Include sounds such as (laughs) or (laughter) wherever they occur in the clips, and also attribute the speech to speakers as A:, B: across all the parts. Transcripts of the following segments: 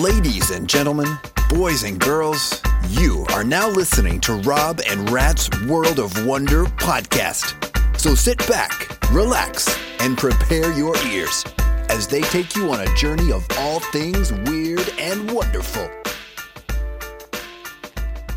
A: Ladies and gentlemen, boys and girls, you are now listening to Rob and Rat's World of Wonder podcast. So sit back, relax, and prepare your ears as they take you on a journey of all things weird and wonderful.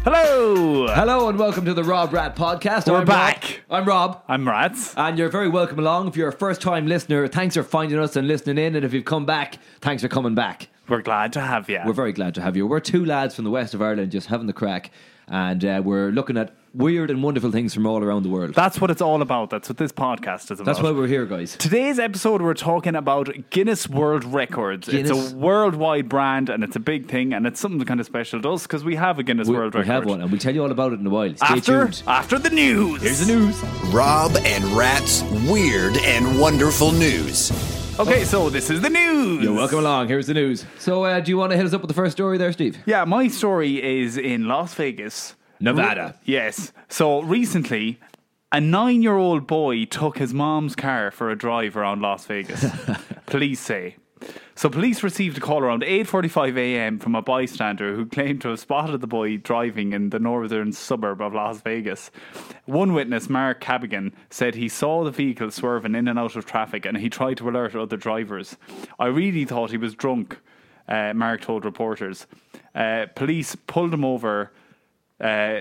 B: Hello,
C: Hello and welcome to the Rob Rat Podcast.
B: We're
C: I'm
B: back.
C: Rob. I'm Rob,
B: I'm Rats.
C: and you're very welcome along. If you're a first time listener, thanks for finding us and listening in. And if you've come back, thanks for coming back.
B: We're glad to have you.
C: We're very glad to have you. We're two lads from the west of Ireland just having the crack, and uh, we're looking at weird and wonderful things from all around the world.
B: That's what it's all about. That's what this podcast is about.
C: That's why we're here, guys.
B: Today's episode, we're talking about Guinness World Records. It's
C: Guinness.
B: a worldwide brand and it's a big thing and it's something kind of special to us because we have a Guinness
C: We,
B: World
C: we
B: Record.
C: have one, and we'll tell you all about it in a while. Stay
B: After,
C: tuned.
B: after the news.
C: Here's the news.
A: Rob and Rat's Weird and Wonderful News.
B: Okay, so this is the news.
C: You're welcome along. Here's the news. So, uh, do you want to hit us up with the first story there, Steve?
B: Yeah, my story is in Las Vegas,
C: Nevada.
B: Yes. So recently, a nine year old boy took his mom's car for a drive around Las Vegas. police say. So police received a call around 8:45 a.m. from a bystander who claimed to have spotted the boy driving in the northern suburb of Las Vegas. One witness, Mark Cabigan, said he saw the vehicle swerving in and out of traffic and he tried to alert other drivers. I really thought he was drunk, uh, Mark told reporters. Uh, police pulled him over uh,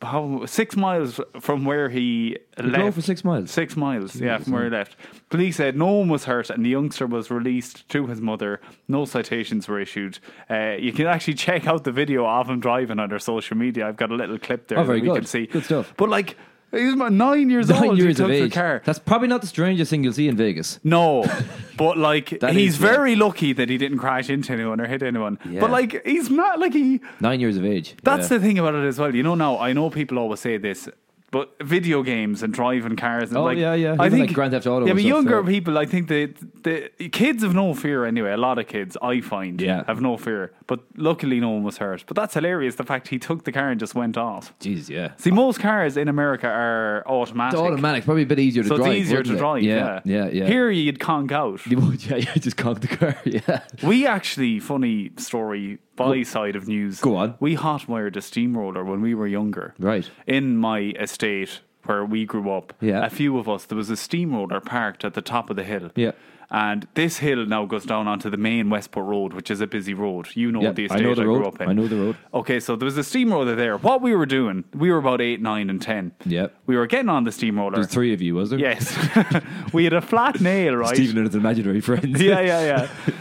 B: how, six miles from where he left.
C: drove for six miles?
B: Six miles, yeah, from where he left. Police said no one was hurt and the youngster was released to his mother. No citations were issued. Uh, you can actually check out the video of him driving on our social media. I've got a little clip there
C: Oh,
B: that
C: very
B: we
C: good.
B: can see.
C: Good stuff.
B: But like, he's about nine years
C: Nine
B: old. he
C: years
B: took
C: of
B: the
C: age.
B: car.
C: That's probably not the strangest thing you'll see in Vegas. (laughs)
B: No, but like
C: That
B: he's
C: is, yeah.
B: very lucky that he didn't crash into anyone or hit anyone.
C: Yeah.
B: But like he's not like he.
C: Nine years of age.
B: That's
C: Yeah.
B: the thing about it as well. You know, now I know people always say this, but video games and driving cars and
C: Oh,
B: like,
C: yeah, yeah.
B: I
C: Even
B: think
C: like Grand Theft Auto
B: Yeah,
C: and
B: but
C: stuff,
B: younger
C: yeah.
B: people, I think the the kids have no fear anyway. A lot of kids, I find,
C: Yeah.
B: have no fear. But luckily, no one was hurt. But that's hilarious. The fact he took the car and just went off.
C: Jeez, yeah.
B: See, most cars in America are automatic.
C: It's automatic, probably a bit easier to
B: So it's
C: drive.
B: easier to
C: wouldn't it?
B: drive. Yeah.
C: yeah, yeah.
B: Here you'd conk out.
C: you would, (laughs) yeah, yeah, just conk the car. (laughs) Yeah,
B: We actually, funny story, by side of news.
C: Go on.
B: We hotwired a steamroller when we were younger.
C: Right.
B: In my estate where we grew up,
C: Yeah.
B: a few of us, there was a steamroller parked at the top of the hill.
C: Yeah.
B: And this hill now goes down onto the main Westport Road, which is a busy road. You know
C: Yeah,
B: the
C: I
B: estate
C: know the
B: grew
C: road.
B: up in.
C: I know the road.
B: Okay, so there was a steamroller there. What we were doing, we were about eight, nine, and ten.
C: Yep.
B: We were getting on the steamroller.
C: there's three of you, was (laughs) there?
B: Yes. (laughs) we had a flat nail, right?
C: Stephen and his imaginary friends.
B: (laughs) yeah, yeah, yeah.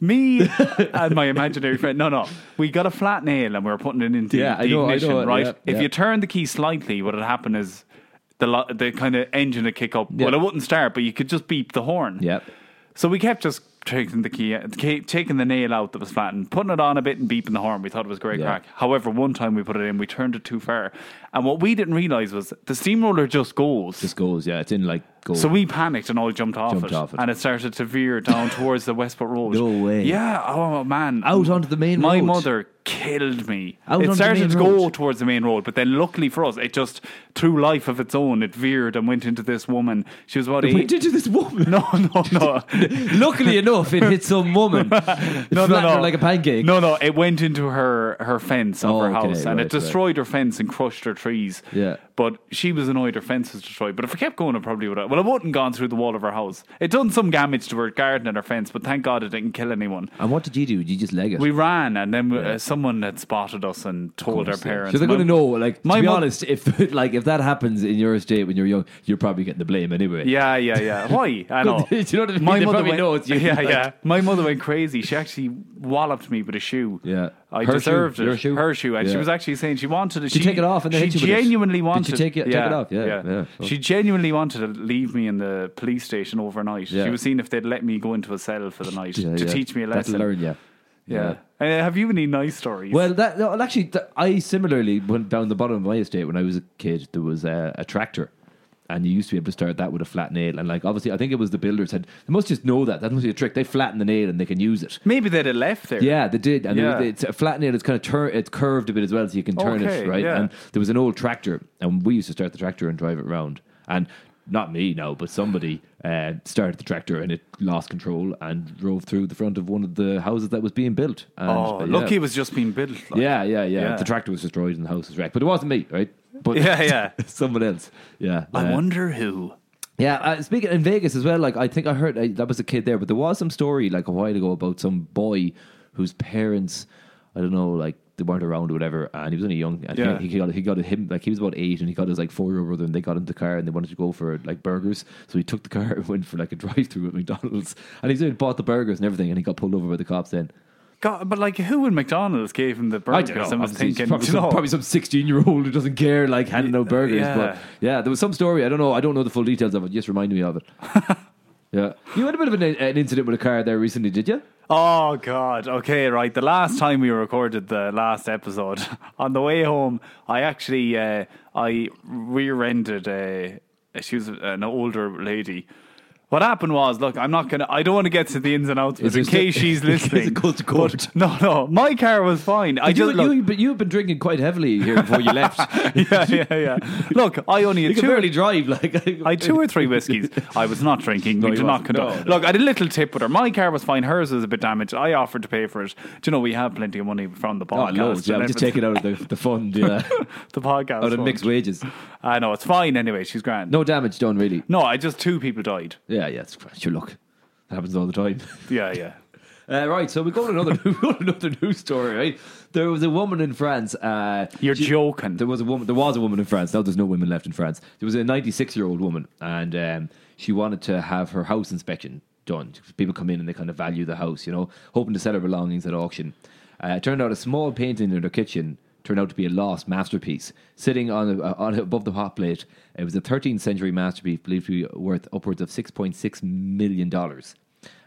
B: Me and my imaginary friend. No, no. We got a flat nail and we were putting it into
C: Yeah,
B: the
C: I know, I know
B: ignition,
C: it,
B: right?
C: yeah,
B: if
C: yeah.
B: you turn the key slightly, what would happen is the lo- the kind of engine would kick up.
C: Yeah.
B: Well, it wouldn't start, but you could just beep the horn.
C: (laughs) Yep.
B: So we kept just taking the key, ca- taking the nail out that was flattened, putting it on a bit and beeping the horn. We thought it was great
C: Yeah.
B: crack. However, one time we put it in, we turned it too far, and what we didn't realize was the steamroller just goes.
C: Just goes. Yeah, it's in like goals.
B: So we panicked and all jumped off,
C: Jumped
B: it,
C: off it.
B: and it started to veer
C: (laughs)
B: down towards the Westport Road.
C: No way.
B: Yeah. Oh man.
C: Out onto the main
B: My
C: road.
B: mother killed me.
C: Out
B: it
C: onto the
B: started
C: main
B: to go
C: road.
B: towards the main road, but then luckily for us, it just through life of its own, it veered and went into this woman. She was about
C: It went
B: eight.
C: into this
B: (laughs)
C: woman.
B: No, no, no,
C: (laughs) Luckily enough, it hit some
B: (laughs)
C: woman.
B: no, no, no.
C: like a pancake.
B: No, no. It went into her her fence of
C: Oh,
B: her
C: okay,
B: house, and
C: right,
B: it destroyed her fence and crushed her trees.
C: Yeah.
B: But she was annoyed her fence was destroyed. But if it kept going, it probably would have. Well, it wouldn't gone through the wall of her house. It done some damage to her garden and her fence, but thank God it didn't kill anyone.
C: And what did you do? Did you just leg it?
B: We ran, and then uh, someone had spotted us and told our parents.
C: So they're
B: My-
C: going to know. Like,
B: my
C: to be
B: mum-
C: honest, if (laughs) like if that happens in your estate when you're young, you're probably getting the blame anyway.
B: Yeah, yeah, yeah.
C: (laughs)
B: Why? I know.
C: Do you know what I mean? They probably know it's you.
B: (laughs) Yeah,
C: Like-
B: yeah. My mother went crazy. She actually walloped me with a shoe.
C: Yeah.
B: I
C: Her shoe?
B: deserved it.
C: Your shoe?
B: Her shoe, and she
C: Yeah.
B: was actually saying she wanted it.
C: Did you take it off and then
B: she
C: hit you with it?
B: genuinely
C: Did you
B: wanted.
C: take it- take it off? Yeah, yeah.
B: She genuinely wanted to leave me in the police station overnight. She
C: Yeah.
B: was seeing if they'd let me go into a cell for the night
C: Yeah,
B: to
C: yeah.
B: teach me a
C: That'll
B: lesson.
C: learn you.
B: Yeah. And, uh, have you any nice stories?
C: Well, that no, actually, th- I similarly went down the bottom of my estate when I was a kid. There was a, a tractor, and you used to be able to start that with a flat nail. And like, obviously, I think it was the builders said they must just know that. That must be a trick. They flatten the nail and they can use it.
B: maybe they'd have left there.
C: Yeah, they did. And
B: Yeah.
C: yeah. it's a flat nail. It's kind of tur- it's curved a bit as well, so you can turn
B: Okay,
C: it right.
B: yeah.
C: And there was an old tractor, and we used to start the tractor and drive it round. And not me, no, but somebody uh, started the tractor and it lost control and drove through the front of one of the houses that was being built. And,
B: Oh,
C: uh,
B: lucky
C: yeah.
B: it was just being built. like.
C: yeah, yeah, yeah,
B: Yeah.
C: The tractor was destroyed and the house was wrecked, but it wasn't me, right?
B: (laughs)
C: But
B: Yeah, yeah.
C: (laughs) someone else. Yeah,
B: I
C: uh,
B: wonder who.
C: yeah, uh, speaking in Vegas as well, like I think I heard uh, that was a kid there, but there was some story like a while ago about some boy whose parents, I don't know, like they weren't around or whatever, and he was only young. And
B: Yeah.
C: he, he got he got him like he was about eight, and he got his like four year old brother, and they got into the car, and they wanted to go for like burgers, so he took the car (laughs) and went for like a drive through at McDonald's, and he said bought the burgers and everything, and he got pulled over by the cops. Then
B: God, but like, who in McDonald's gave him the
C: I
B: burgers?
C: don't know,
B: and was
C: obviously, it's
B: thinking,
C: probably
B: "Do you
C: some,
B: know,
C: probably some sixteen year old who doesn't care like handing out burgers,
B: yeah.
C: but yeah, there was some story. I don't know. I don't know the full details of it. Just remind me
B: (laughs)
C: of it. yeah, you had a bit of an, an incident with a car there recently, did you?
B: Oh God. Okay, right. The last time we recorded the last episode, (laughs) on the way home, I actually uh, I rear-ended a. She was an older lady. What happened was, look, I'm not gonna. I don't want to get to the ins and outs, but
C: Is
B: in
C: there
B: case
C: still-
B: she's
C: (laughs) in case it
B: listening,
C: goes to court.
B: but- no, no, my car was fine. I
C: You,
B: just look,
C: you, but you've been drinking quite heavily here before you (laughs) left.
B: yeah, (laughs) yeah, yeah. Look, I only had
C: (laughs) you can
B: two
C: barely drive. Like (laughs)
B: I had two or three whiskeys. I was not drinking.
C: No,
B: we
C: you
B: did not
C: wasn't.
B: condone.
C: No, no.
B: Look, I did a little tip with her. My car was fine. Hers was a bit damaged. I offered to pay for it. Do you know we have plenty of money from the
C: Oh,
B: podcast?
C: loads. Yeah,
B: and
C: we
B: everything.
C: just take it out of the, the
B: (laughs)
C: fund. Yeah,
B: the podcast.
C: out of
B: fund.
C: mixed wages.
B: I know it's fine anyway. She's grand.
C: No damage done, really.
B: no, I just two people died.
C: Yeah, yeah. It's it's your luck. That happens all the time.
B: Yeah, yeah.
C: Uh, right, so we go to another (laughs) we go to another news story. Right, there was a woman in France. Uh,
B: You're
C: she-
B: joking.
C: There was a woman. There was a woman in France. Now there's no women left in France. There was a 96 year old woman, and um, she wanted to have her house inspection done. People come in and they kind of value the house, you know, hoping to sell her belongings at auction. Uh, it turned out a small painting in her kitchen turned out to be a lost masterpiece sitting on, a, uh, on above the hot plate. It was a 13th century masterpiece believed to be worth upwards of 6.6 million dollars,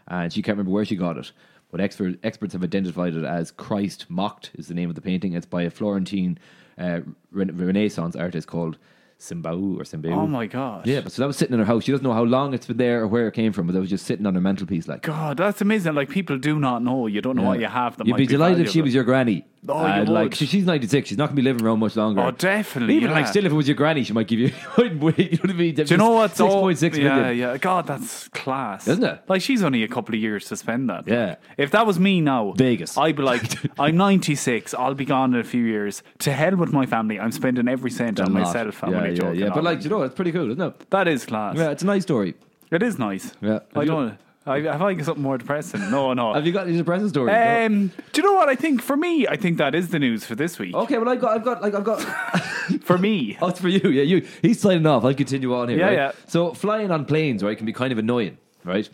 C: and she can't remember where she got it. But expert, experts have identified it as Christ Mocked is the name of the painting. It's by a Florentine uh, rena- Renaissance artist called Simbao or Simbao.
B: Oh my god.
C: Yeah, but so that was sitting in her house. She doesn't know how long it's been there or where it came from, but that was just sitting on her mantelpiece. Like,
B: God, that's amazing. Like people do not know. You don't know why you have them.
C: You'd be delighted if she was your granny.
B: Oh, you
C: And, like
B: would.
C: she- she's ninety six. She's not gonna be living around much longer.
B: Oh, definitely,
C: Even like
B: yeah.
C: still, if it was your granny, she might give you. (laughs) you know what I mean?
B: Do you know what's
C: Six
B: all-
C: point six
B: yeah,
C: million.
B: Yeah, God, that's class,
C: Isn't it?
B: Like she's only a couple of years to spend that.
C: Yeah.
B: If that was me now,
C: Vegas.
B: I'd be
C: (laughs)
B: like, I'm 96. I'll be gone in a few years. To hell with my family. I'm spending every cent
C: A
B: on
C: lot.
B: myself. I'm
C: yeah,
B: only
C: yeah,
B: joking.
C: yeah. But
B: on.
C: like, do you know, it's pretty cool, isn't it?
B: that is class.
C: Yeah, it's a nice story.
B: It is nice.
C: Yeah. Have
B: I
C: you-
B: don't. I, have I got something more depressing? No, no.
C: (laughs) Have you got any depressing stories? No?
B: um, do you know what I think? For me, I think that is the news for this week.
C: Okay, well, I got, I've got, like, I've got. (laughs)
B: For me,
C: Oh, it's for you. Yeah, you. He's signing off. I'll continue on here.
B: Yeah,
C: right?
B: yeah.
C: So flying on planes, right, can be kind of annoying, right?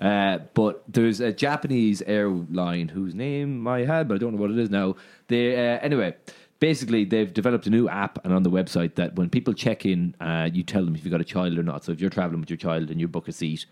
C: Uh, but there's a Japanese airline whose name I had, but I don't know what it is now. They uh, anyway. Basically, they've developed a new app and on the website that when people check in, uh, you tell them if you've got a child or not. So if you're traveling with your child and you book a seat,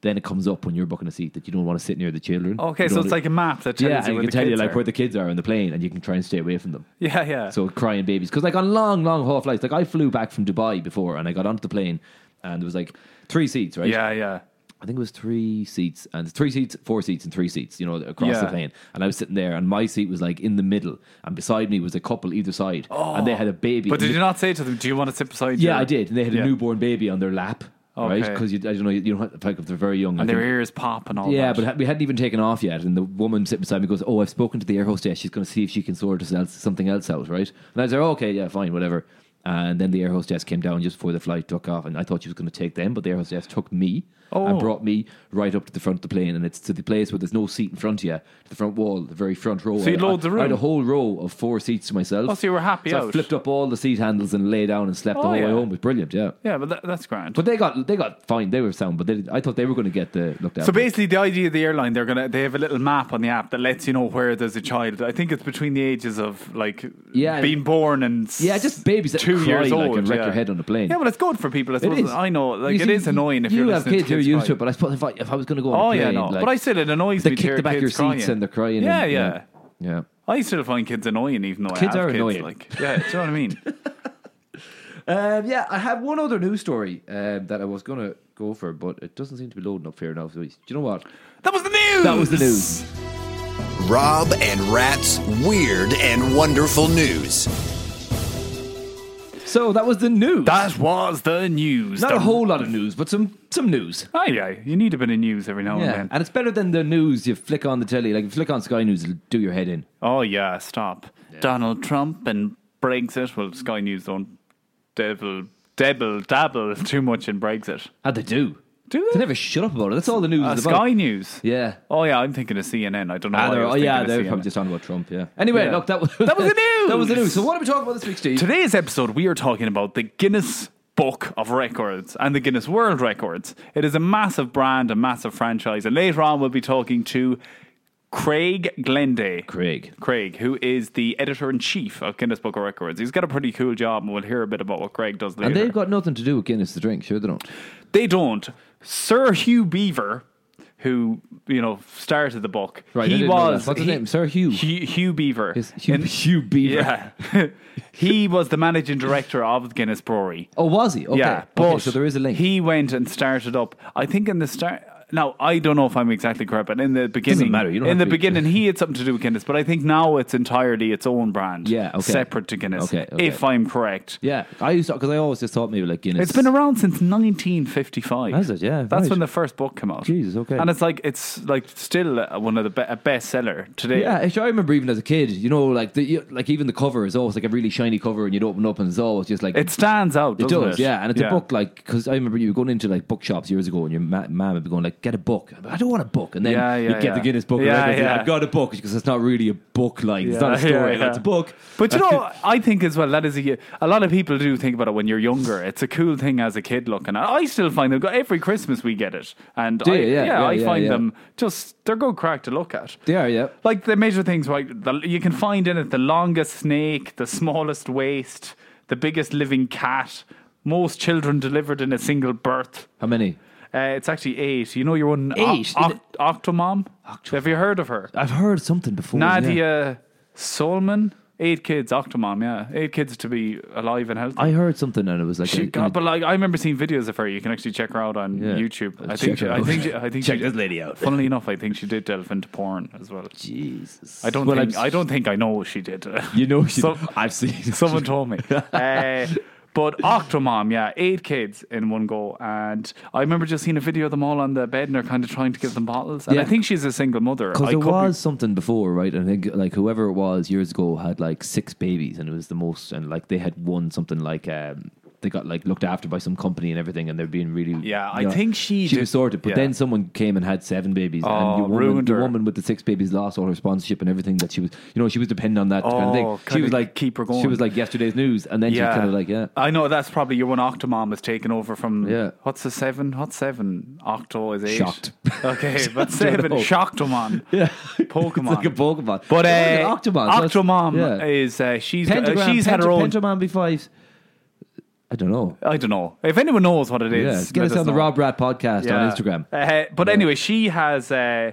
C: then it comes up when you're booking a seat that you don't want to sit near the children.
B: okay.
C: You
B: So
C: don't-
B: it's like a map that tells
C: yeah, and
B: you
C: it
B: where
C: can
B: the
C: tell you
B: kids
C: like
B: are.
C: where the kids are on the plane, and you can try and stay away from them.
B: Yeah, yeah.
C: So crying babies, because like on long, long haul flights, like I flew back from Dubai before, and I got onto the plane, and there was like three seats, right?
B: yeah, yeah.
C: I think it was three seats, and three seats, four seats, and three seats, you know, across the
B: Yeah.
C: plane. And I was sitting there, and my seat was like in the middle, and beside me was a couple either side, and they had a baby.
B: Oh. But
C: and
B: did
C: the-
B: you not say to them, "Do you want to sit beside?"
C: Yeah,
B: your-"
C: I did, and they had
B: Yeah.
C: a newborn baby on their lap, right?
B: Okay.
C: Because I don't know, you don't have like if they're very young. I
B: and their
C: think-
B: ears pop and all
C: yeah,
B: that.
C: but ha- we hadn't even taken off yet, and the woman sitting beside me goes, "Oh, I've spoken to the air hostess. She's going to see if she can sort us else, something else out, right?" And I was like, oh, "Okay, yeah, fine, whatever." And then the air hostess came down just before the flight took off, and I thought she was going to take them, but the air hostess took me
B: Oh.
C: and brought me right up to the front of the plane, and it's to the place where there's no seat in front of you, to the front wall, the very front row.
B: So you
C: I-
B: load the
C: I had a
B: room?
C: whole row of four seats to myself.
B: Oh, so you were happy
C: So I
B: out.
C: flipped up all the seat handles and lay down and slept the
B: Oh,
C: whole way
B: yeah.
C: home. It was brilliant, yeah.
B: yeah, but that, that's grand.
C: But they got they got fine. They were sound, but they, I thought they were going to get the looked after.
B: so basically, the idea of the airline, they're gonna they have a little map on the app that lets you know where there's a child. I think it's between the ages of like
C: Yeah.
B: being born and s-
C: Yeah, just babies that
B: two
C: cry,
B: years
C: like,
B: old
C: and wreck
B: yeah.
C: your head on the plane.
B: Yeah, but it's good for people. I suppose. I know, like
C: You
B: it
C: see,
B: is annoying if
C: you
B: you're
C: have
B: listening
C: kids
B: to kids
C: who are used to
B: cry.
C: it. But I suppose if I, if I was going to go on
B: Oh
C: a plane,
B: yeah, no.
C: like,
B: but I said it annoys
C: they
B: me to
C: kick
B: hear
C: the back of your
B: kids
C: seats
B: crying.
C: and they're crying.
B: Yeah,
C: and,
B: yeah.
C: yeah, yeah.
B: I still find kids annoying, even though
C: Kids
B: I have
C: are
B: kids.
C: annoying.
B: Like, yeah, do you know what I
C: (laughs)
B: mean?
C: Um, yeah, I have one other news story um, that I was going to go for, but it doesn't seem to be loading up here now. So, do you know what?
B: That was the news.
C: That was the news.
A: Rob and Rat's Weird and Wonderful News.
C: So that was the news.
B: That was the news.
C: Not
B: The-
C: a whole lot of news, but some some news.
B: Aye, aye. You need a bit of news every now
C: Yeah,
B: and then.
C: and it's better than the news you flick on the telly. Like if you flick on Sky News, it'll do your head in.
B: Oh, yeah, stop. Donald Trump and Brexit. Well, Sky News don't devil, devil, dabble (laughs) too much in Brexit.
C: How'd they do?
B: Do
C: They
B: they?
C: never shut up about it. That's all the news
B: Uh,
C: is about.
B: Sky News.
C: Yeah.
B: Oh, yeah, I'm thinking of CNN. I don't know.
C: Ah,
B: why I
C: they're-
B: was
C: oh yeah,
B: thinking of
C: they're
B: CNN.
C: probably just talking about Trump. Yeah. Anyway,
B: Yeah.
C: look, (laughs) that was
B: That was the news!
C: that was the news. So what are we talking about this week, Steve?
B: Today's episode, we are talking about the Guinness Book of Records and the Guinness World Records. It is a massive brand, a massive franchise, and later on we'll be talking to Craig Glenday.
C: Craig.
B: Craig, who is the editor in chief of Guinness Book of Records. He's got a pretty cool job, and we'll hear a bit about what Craig does later.
C: And they've got nothing to do with Guinness the drink, sure they don't.
B: They don't. Sir Hugh Beaver, who you know started the book,
C: Right, I
B: he
C: didn't know that.
B: was
C: What's his
B: he-
C: name? Sir Hugh?
B: Hugh, Hugh Beaver.
C: It's Hugh,
B: And-
C: Hugh Beaver.
B: yeah, (laughs) he was the managing director of Guinness Brewery.
C: Oh, was he? Okay.
B: Yeah,
C: Okay,
B: but
C: so there is a link.
B: He went and started up. I think in the start. Now I don't know if I'm exactly correct, but in the beginning,
C: matter, you don't
B: in
C: have
B: the
C: to be-
B: beginning, he had something to do with Guinness, but I think now it's entirely its own brand.
C: Yeah, okay.
B: separate to Guinness.
C: Okay, okay.
B: if I'm correct.
C: yeah, I used to because I always just thought maybe like Guinness.
B: It's been around since 1955.
C: Has it? Yeah,
B: That's
C: right.
B: when the first book came out.
C: Jesus, okay.
B: And it's like it's like still uh, one of the be- a bestseller today.
C: Yeah, actually, I remember even as a kid, you know, like the you, like even the cover is always like a really shiny cover, and you'd open it up and it's always just like
B: It stands out.
C: It
B: doesn't
C: does,
B: it?
C: yeah. And it's a book like because I remember you going into like bookshops years ago, and your ma- mom would be going like, "Get a book." I'd be, I don't want a book, and then
B: Yeah, yeah,
C: you get the
B: yeah.
C: Guinness Book. of
B: Yeah,
C: Records, and
B: yeah.
C: I've got a book because it's not really a book. Like it's
B: Yeah,
C: not a story.
B: yeah,
C: like,
B: yeah.
C: It's a book.
B: But
C: (laughs)
B: you know, I think as well that is a a lot of people do think about it when you're younger. It's a cool thing as a kid looking. at. I still find them every Christmas we get it, and I,
C: you? Yeah, yeah,
B: I
C: yeah,
B: find
C: yeah.
B: them just they're good crack to look at.
C: They are, yeah.
B: Like they measure things like the, you can find in it the longest snake, the smallest waist, the biggest living cat, most children delivered in a single birth.
C: How many?
B: Uh, it's actually eight. You know your one
C: Eight?
B: Oc- Oc- Octomom. Have you heard of her?
C: I've heard something before. yeah.
B: Nadia Solman. Eight kids, Octomom, yeah. Eight kids to be alive and healthy.
C: I heard something, and it was like
B: She
C: a-
B: got, but like I remember seeing videos of her. You can actually check her out on
C: Yeah.
B: YouTube. I
C: Let's
B: think
C: check
B: she,
C: her
B: I
C: out.
B: think she, I think
C: Check
B: she-
C: this lady
B: (laughs)
C: out.
B: Funnily enough, I think she did delve into porn as well.
C: Jesus.
B: I don't
C: Well,
B: think
C: I'm-
B: I don't think I know she did.
C: (laughs) You know, she,
B: So-
C: I've seen
B: Someone told
C: (laughs)
B: me. Uh, but Octomom, yeah, eight kids in one go. And I remember just seeing a video of them all on the bed and they're kind of trying to give them bottles. And I
C: Yeah.
B: think she's a single mother.
C: Because
B: I
C: there
B: could be-
C: was something before, right? I think like whoever it was years ago had like six babies, and it was the most, and like they had won something like um, they got like looked after by some company and everything, and they're being really
B: Yeah, I
C: you know,
B: think she
C: she
B: did-
C: was sorted, but
B: yeah.
C: then someone came and had seven babies, and
B: Oh,
C: the woman,
B: ruined
C: the
B: her.
C: woman with the six babies lost all her sponsorship and everything that she was, you know, she was dependent on that kind of thing.
B: Oh,
C: she
B: kinda
C: was like
B: keep her
C: She
B: going.
C: was like yesterday's news, and then she was
B: yeah.
C: kind of like yeah,
B: (laughs) I know that's probably your one Octomom has taken over from.
C: Yeah.
B: What's the seven? What's seven? Octo is eight.
C: Shocked.
B: (laughs)
C: (laughs)
B: Okay, but
C: don't
B: seven.
C: know.
B: Shocktomon.
C: yeah,
B: Pokemon.
C: (laughs) it's like a Pokemon,
B: But uh,
C: It was an Octomom, so it's-
B: Octomom
C: yeah.
B: is uh, she's
C: Pentagram,
B: uh, she's had her
C: Penta-
B: own.
C: Pentagram be five. I don't know.
B: I don't know if anyone knows what it
C: Yeah,
B: is.
C: get
B: let
C: us on the
B: know.
C: Rob Rat podcast on
B: (laughs)
C: Instagram. Oh,
B: Uh, but anyway, she has uh,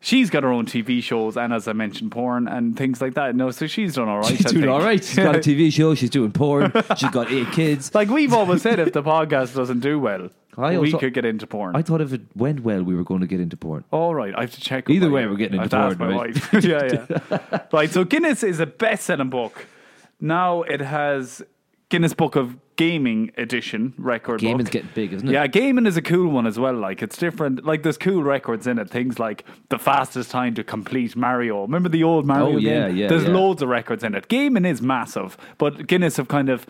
B: she's got her own TV shows and as I mentioned, porn and things like that. No, so she's done all right.
C: She's
B: I
C: doing
B: think.
C: all right. She's got a TV show. She's doing porn. She's got eight
B: (laughs)
C: kids.
B: like we've always said, if the (laughs) podcast doesn't do well,
C: I
B: we
C: also-
B: could get into porn.
C: I thought if it went well, we were going to get into porn.
B: all right, I have to check.
C: Either
B: with my-
C: way, we're getting
B: I have
C: into
B: to
C: porn,
B: ask my
C: (laughs)
B: wife. yeah, yeah. right. So Guinness is a best-selling book. Now it has Guinness Book of Gaming Edition record.
C: Gaming's
B: book.
C: getting big, isn't it?
B: Yeah, gaming is a cool one as well. Like it's different. Like there's cool records in it. Things like the fastest time to complete Mario. Remember the old Mario
C: Oh, yeah,
B: game?
C: yeah,
B: there's
C: yeah.
B: loads of records in it. Gaming is massive, but Guinness have kind of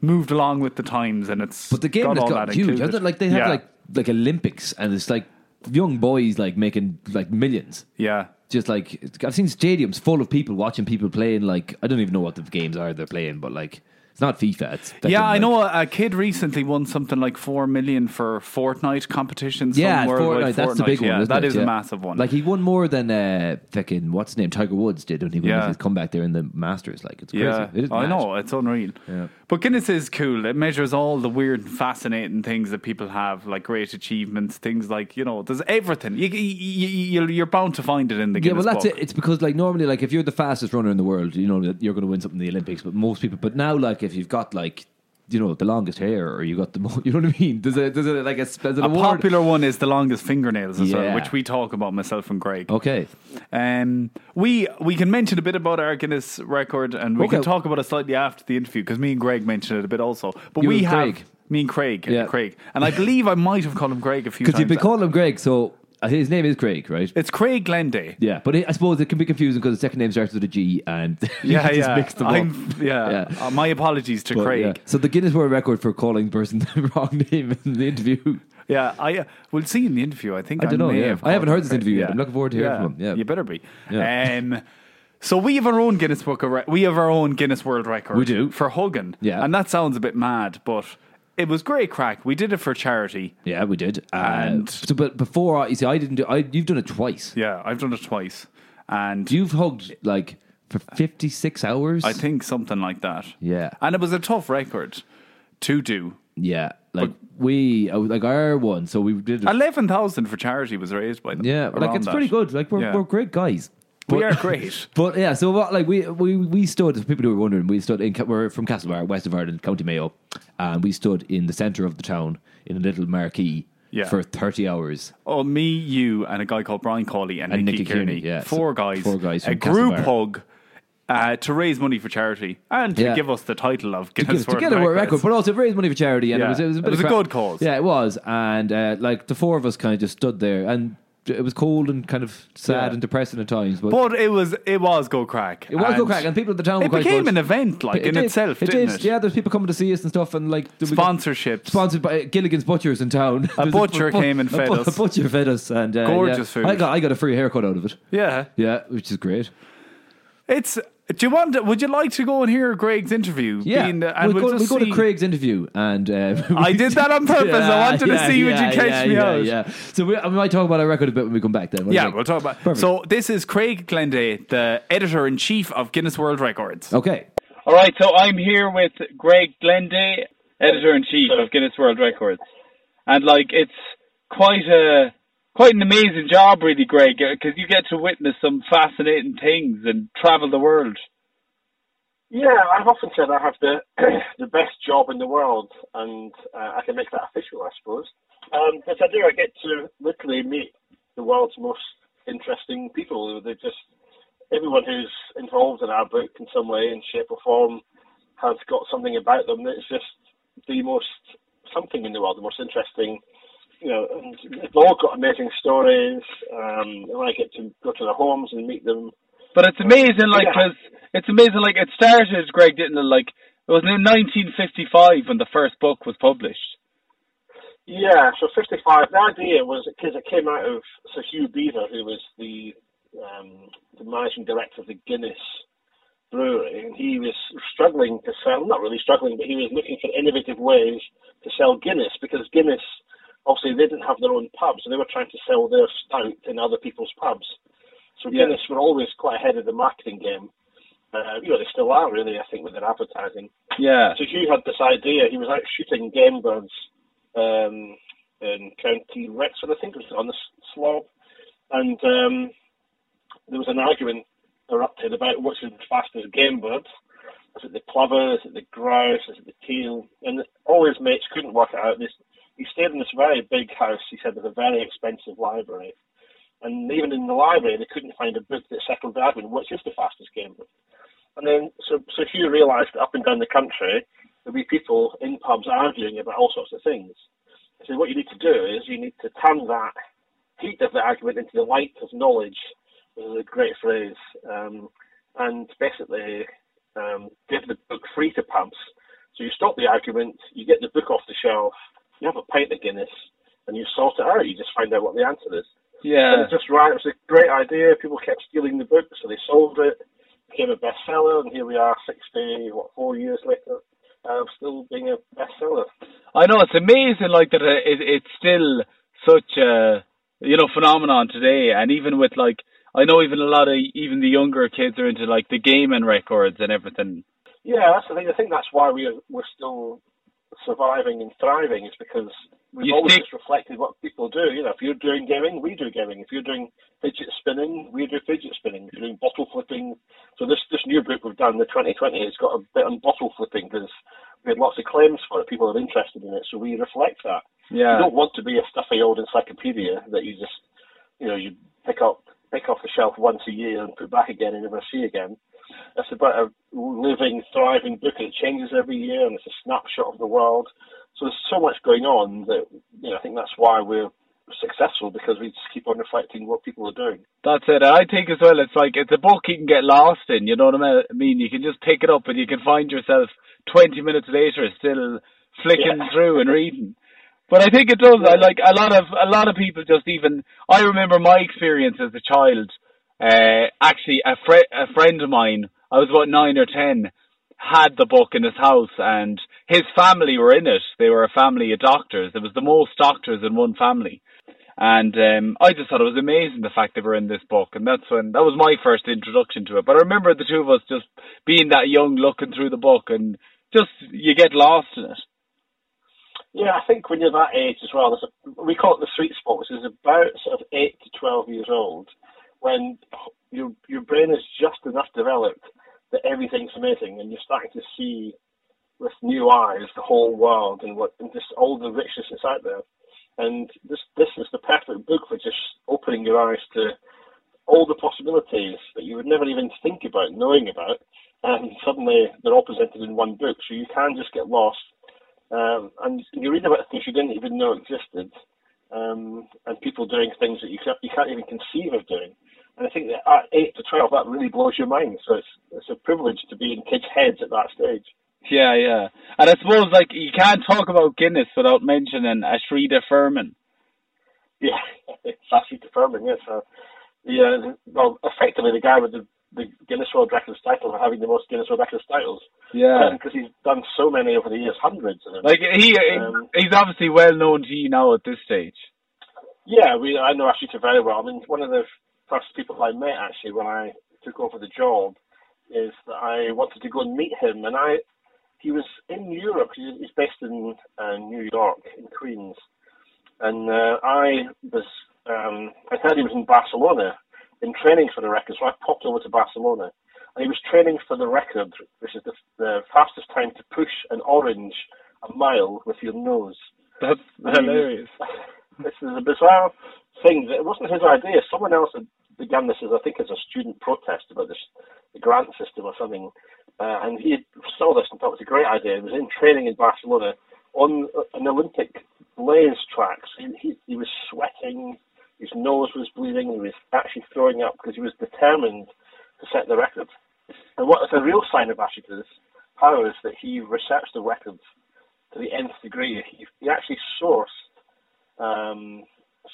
B: moved along with the times, and it's
C: But the game
B: got
C: has
B: all
C: got
B: that
C: huge,
B: included.
C: hasn't it? Like they have
B: Yeah,
C: like like Olympics, and it's like young boys like making like millions.
B: yeah.
C: Just like I've seen stadiums full of people watching people playing. Like I don't even know what the games are they're playing, but like it's not FIFA. It's
B: Yeah, I know a, a kid recently won something like four million for Fortnite competitions.
C: Yeah,
B: some worldwide
C: Fortnite, that's the big
B: Fortnite. Yeah,
C: one. Isn't
B: that
C: it?
B: is
C: Yeah.
B: a massive one.
C: Like he won more than uh, fucking what's his name Tiger Woods did when he won
B: Yeah.
C: his comeback there in the Masters. Like it's crazy.
B: Yeah,
C: It is
B: I
C: mad.
B: know it's unreal.
C: Yeah.
B: But Guinness is cool. It measures all the weird, and fascinating things that people have, like great achievements, things like you know, there's everything. You, you, you you're bound to find it in the
C: Yeah,
B: Guinness
C: well, that's
B: book.
C: it. It's because, like, normally, like, if you're the fastest runner in the world, you know that you're going to win something in the Olympics. But most people, but now, like, if you've got like you know the longest hair, or you got the mo- (laughs) you know what I mean. There's a there's a like a, sp- there's an
B: A
C: award.
B: popular one is the longest fingernails as
C: Yeah.
B: well, which we talk about myself and Greg.
C: okay,
B: Um, we we can mention a bit about our Guinness record, and we
C: Okay.
B: can talk about it slightly after the interview because me and Greg mentioned it a bit also. But
C: You
B: we
C: and
B: have
C: Craig.
B: me and Craig,
C: Yeah.
B: Craig, and
C: (laughs)
B: I believe I might have called him Greg a few
C: because
B: times.
C: you've been calling him Greg, so uh, his name is Craig, right?
B: it's Craig Glenday.
C: Yeah, (laughs) but it, I suppose it can be confusing because the second name starts with a G, and (laughs) you
B: Yeah,
C: just
B: yeah.
C: mix them up.
B: I'm- (laughs) yeah.
C: Yeah.
B: Uh, my apologies to
C: But,
B: Craig.
C: yeah. So the Guinness World Record for calling the person (laughs) the wrong name in the interview.
B: Yeah, I uh, we'll see in the interview. I think
C: I
B: I,
C: don't know,
B: may
C: yeah.
B: have
C: I haven't
B: caught
C: heard this
B: it.
C: interview yet. I'm looking forward to hearing from him, yeah.
B: you better be.
C: Yeah.
B: Um, so we have our own Guinness Book. Of Re- we have our own Guinness World Record.
C: We do.
B: for Hogan.
C: Yeah.
B: and that sounds a bit mad, but it was great crack. We did it for charity.
C: Yeah, we did. Uh,
B: And-
C: so, but before I, you see, I didn't do. I you've done it twice.
B: Yeah, I've done it twice, and
C: You've hugged like for fifty six hours.
B: I think something like that.
C: Yeah.
B: and it was a tough record to do.
C: Yeah, like we I was- like our one. So we did.
B: Eleven thousand for charity was raised by them.
C: yeah, like
B: around
C: it's
B: that.
C: pretty good. Like we're
B: Yeah.
C: we're great guys.
B: We
C: But-
B: are great.
C: (laughs) But yeah, so what, like we we we stood. For people who were wondering, we stood in. Ca- We're from Castlebar, west of Ireland, County Mayo, and we stood in the centre of the town in a little marquee
B: Yeah.
C: for thirty hours.
B: Oh, me, you, and a guy called Brian Cawley and,
C: And
B: Nicky,
C: Nicky
B: Kearney.
C: Kearney, yeah.
B: Four
C: So
B: guys.
C: four guys
B: A
C: from
B: group
C: Castlebar.
B: hug uh, to raise money for charity and to
C: Yeah.
B: give us the title of Guinness
C: Give,
B: World
C: together we're a
B: Records.
C: record, but also raise money for charity, and
B: Yeah.
C: it was it was a,
B: It
C: bit
B: was
C: of
B: a
C: crap.
B: good cause.
C: Yeah, it was, and uh, like the four of us kind of just stood there, and it was cold and kind of sad
B: Yeah.
C: and depressing at times, but.
B: But it was it was go crack.
C: it was
B: And
C: good crack, and people at the town
B: It
C: were quite
B: became
C: good.
B: an event, like in
C: did.
B: itself,
C: It
B: didn't
C: did.
B: it?
C: Yeah, there's people coming to see us and stuff, and like we got
B: Sponsorships.
C: sponsored by Gilligan's Butchers in town. (laughs) There's
B: butcher
C: bu-
B: came and
C: a
B: fed
C: bu-
B: us.
C: A butcher fed us, and uh,
B: Gorgeous
C: yeah.
B: food.
C: I got I got a free haircut out of it.
B: yeah,
C: Yeah, which is great.
B: it's. Do you want? Would you like to go and hear Greg's interview?
C: Yeah,
B: Being the- and
C: we
B: we'll
C: go, we
B: just
C: go to
B: see-
C: Craig's interview, and (laughs) um,
B: I did that on purpose. I wanted to see would you catch
C: yeah,
B: me
C: yeah,
B: out.
C: Yeah, so we, I might talk about our record a bit when we come back. Then, What do you
B: Yeah,
C: think?
B: we'll talk about.
C: Perfect.
B: So this is Craig Glenday, the editor in chief of Guinness World Records.
C: okay.
D: All right, so I'm here with Greg Glenday, editor in chief of Guinness World Records, and like it's quite a quite an amazing job, really, Greg, because you get to witness some fascinating things and travel the world.
E: Yeah, I've often said I have the (clears throat) the best job in the world, and uh, I can make that official, I suppose. Um, but I do. I get to literally meet the world's most interesting people. They just everyone who's involved in our book in some way, in shape or form, has got something about them that's just the most something in the world, the most interesting. You know, and they've all got amazing stories. Um, and I get to go to their homes and meet them.
D: But it's amazing, like,
E: Yeah.
D: 'cause it's amazing, like, it started, Greg, didn't it? Like, it was in 1955 when the first book was published.
E: Yeah, so 55. The idea was because it came out of Sir Hugh Beaver, who was the um, the managing director of the Guinness Brewery, and he was struggling to sell. Not really struggling, but he was looking for innovative ways to sell Guinness because Guinness, obviously, they didn't have their own pubs, so they were trying to sell their stout in other people's pubs. So
D: Yeah.
E: Guinness were always quite ahead of the marketing game. Uh, you know, they still are really, I think, with their advertising.
D: Yeah.
E: So Hugh had this idea. He was out shooting game birds um, in County Wexford, I think it was on the s- slope, and um, there was an argument erupted about which was the fastest game bird. Is it the plover? Is it the grouse? Is it the teal? And all his mates couldn't work it out. This, he stayed in this very big house. He said with a very expensive library, and even in the library they couldn't find a book that settled the argument which is the fastest game bird. And then, so, so Hugh realised that up and down the country, there'd be people in pubs arguing about all sorts of things. So what you need to do is you need to turn that heat of the argument into the light of knowledge, which is a great phrase, um, and basically um, give the book free to pubs. So you stop the argument, you get the book off the shelf, you have a pint of Guinness, and you sort it out. You just find out what the answer is. And
D: Yeah.
E: it just right. It was a great idea. People kept stealing the book, so they sold it, became a bestseller, and here we are, sixty what four years later, uh, still being a bestseller.
D: I know it's amazing, like that. uh, It, it's still such a you know phenomenon today, and even with like I know even a lot of even the younger kids are into like the gaming records and everything.
E: Yeah, that's the thing. I think that's why we are, we're still surviving and thriving is because we've
D: You
E: always
D: think-
E: just reflected what people do. You know, if you're doing gaming, we do gaming. If you're doing fidget spinning, we do fidget spinning. If you're doing bottle flipping, so this this new book we've done, the 2020, has got a bit on bottle flipping because we had lots of claims for it. People are interested in it, so we reflect that. You
D: Yeah.
E: don't want to be a stuffy old encyclopedia that you just, you know, you pick up, pick off the shelf once a year and put back again and never see again. It's about a living, thriving book and it changes every year and it's a snapshot of the world. So there's so much going on that, you know, I think that's why we're successful because we just keep on reflecting what people are doing.
D: That's it. And I think as well, it's like it's a book you can get lost in. You know what I mean? You can just pick it up and you can find yourself twenty minutes later still flicking
E: Yeah.
D: through and reading. But I think it does. I like a lot of a lot of people just even. I remember my experience as a child. Uh, actually, a fri- a friend of mine, I was about nine or ten, had the book in his house, and his family were in it. They were a family of doctors. There was the most doctors in one family. And um, I just thought it was amazing the fact they were in this book, and that's when that was my first introduction to it. But I remember the two of us just being that young, looking through the book, and just you get lost in it.
E: Yeah, I think when you're that age as well, there's a, we call it the sweet spot, which is about sort of eight to twelve years old, when your your brain is just enough developed that everything's amazing, and you're starting to see with new eyes the whole world and what and just all the richness that's out there. And this this is the perfect book for just opening your eyes to all the possibilities that you would never even think about knowing about, and suddenly they're all presented in one book. So you can just get lost um, and you read about things you didn't even know existed, um, and people doing things that you can't, you can't even conceive of doing. And I think that at eight to twelve, that really blows your mind. So it's it's a privilege to be in kids' heads at that stage.
D: Yeah, yeah. And I suppose like you can't talk about Guinness without mentioning Ashrita Furman.
E: Yeah, (laughs) that's Peter Furman. Yes, uh, yeah. Well, effectively, the guy with the, the Guinness World Records title for having the most Guinness World Records titles.
D: Yeah.
E: because he's done so many over the years, hundreds of them.
D: Uh, Like he
E: Um,
D: he's obviously well known to you now at this stage.
E: Yeah, we, I know Ashita very well. I mean, one of the first people I met actually when I took over the job is that I wanted to go and meet him, and I he was in Europe. He- He's based in uh, New York, in Queens, and uh, I was um, I heard he was in Barcelona in training for the record, so I popped over to Barcelona, and he was training for the record, which is the, the fastest time to push an orange a mile with your nose.
D: That's
E: Mm.
D: hilarious.
E: (laughs) This is a bizarre thing. that- It wasn't his idea. Someone else had begun this as I think as a student protest about this the grant system or something, uh, and he saw this and thought it was a great idea. He was in training in Barcelona on an Olympic blaze track. So he, he, he was sweating, his nose was bleeding, he was actually throwing up because he was determined to set the record. And what is a real sign of Ashika's power is that he researched the records to the nth degree. He, he actually sourced um,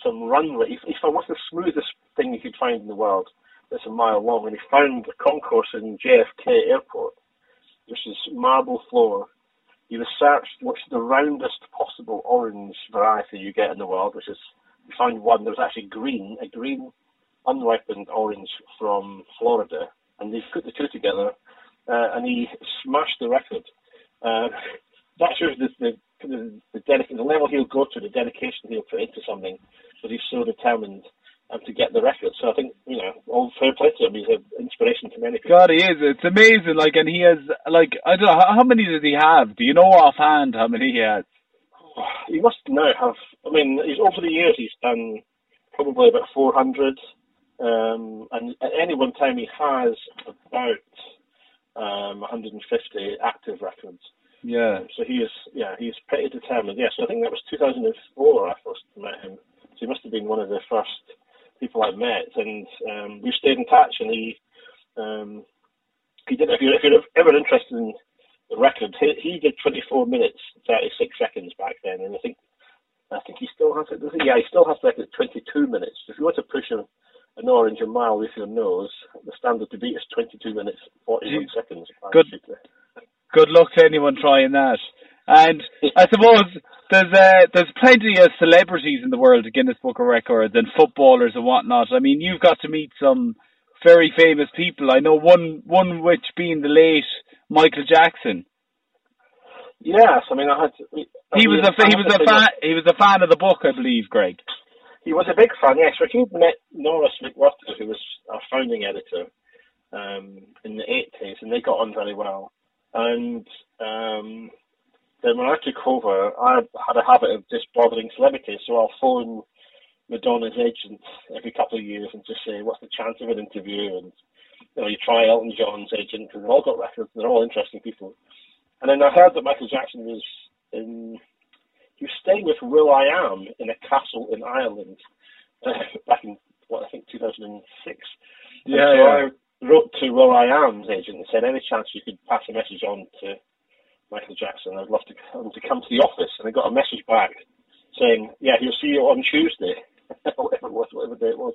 E: some runway. He, he found what's the smoothest thing you could find in the world that's a mile long, and he found a concourse in JFK Airport, which is marble floor. He researched what's the roundest possible orange variety you get in the world, which is he found one that was actually green, a green unripened orange from Florida, and they put the two together, uh, and he smashed the record. Uh, (laughs) that shows the the, the, the, dedica- the level he'll go to, the dedication he'll put into something, but he's so determined um, to get the record. So I think you know, all fair play to him. He's an inspiration to many people.
D: God, he is. It's amazing. Like, and he has like I don't know how, how many does he have? Do you know offhand how many he has?
E: He must now have. I mean, he's over the years he's done probably about 400, um, and at any one time he has about um, 150 active records.
D: Yeah.
E: So he is, yeah, he's pretty determined. Yes, I think that was 2004 I first met him. So he must have been one of the first people I met, and um, we stayed in touch. And he, um, he did. If you're, if you're ever interested in the record, he, he did 24 minutes 36 seconds back then, and I think, I think he still has it. Does he? Yeah, he still has the record at 22 minutes. If you want to push a, an orange a mile with your nose, the standard to beat is 22 minutes 41 seconds.
D: Good. good luck to anyone trying that. And I suppose there's uh, there's plenty of celebrities in the world, Guinness Book of Records, and footballers and whatnot. I mean, you've got to meet some very famous people. I know one one which being the late Michael Jackson.
E: Yes, I mean I had.
D: He was a fa- he was a fan he was a fan of the book, I believe, Greg.
E: he was a big fan, yes. So he met Norris McWhorter, who was our founding editor um, in the 80s, and they got on very well. And um, Then when I took over, I had a habit of just bothering celebrities, so I'll phone Madonna's agent every couple of years and just say, "What's the chance of an interview?" And you know, you try Elton John's agent because they've all got records, and they're all interesting people. And then I heard that Michael Jackson was in, he was staying with Will I Am in a castle in Ireland uh, back in what I think 2006. And
D: Yeah,
E: so
D: yeah.
E: I wrote to Will I Am's agent and said, any chance you could pass a message on to Michael Jackson? I'd love to him to come to the office. And I got a message back saying, yeah, he'll see you on Tuesday, (laughs) whatever it was, whatever day it was.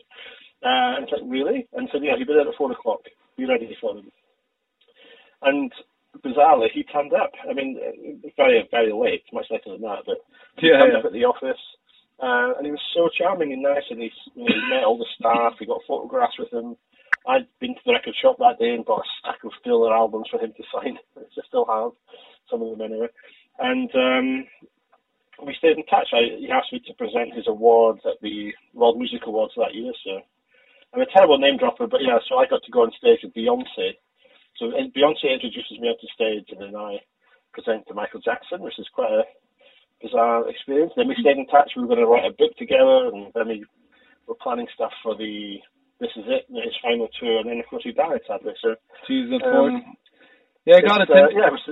E: Uh, and it's like, really? And said, yeah, he'll be there at four o'clock. Be ready for him. And bizarrely, he turned up. I mean, uh, very, very late, much later than that, but he
D: Yeah,
E: turned
D: yeah.
E: up at the office. Uh, and he was so charming and nice, and he, s- you know, he met all the staff. He got photographs with them. I'd been to the record shop that day and bought a stack of filler albums for him to sign, (laughs) which I still have, some of them anyway. And um, we stayed in touch. I, he asked me to present his award at the World Music Awards that year, so I'm a terrible name dropper, but yeah, so I got to go on stage with Beyonce. So and Beyonce introduces me onto stage, and then I present to Michael Jackson, which is quite a bizarre experience. Then we stayed in touch. We were going to write a book together, and then we were planning stuff for the This Is It, his final tour, and then of course he died sadly. So
D: Jesus,
E: um,
D: yeah, God, it's,
E: uh,
D: it's,
E: yeah, it was,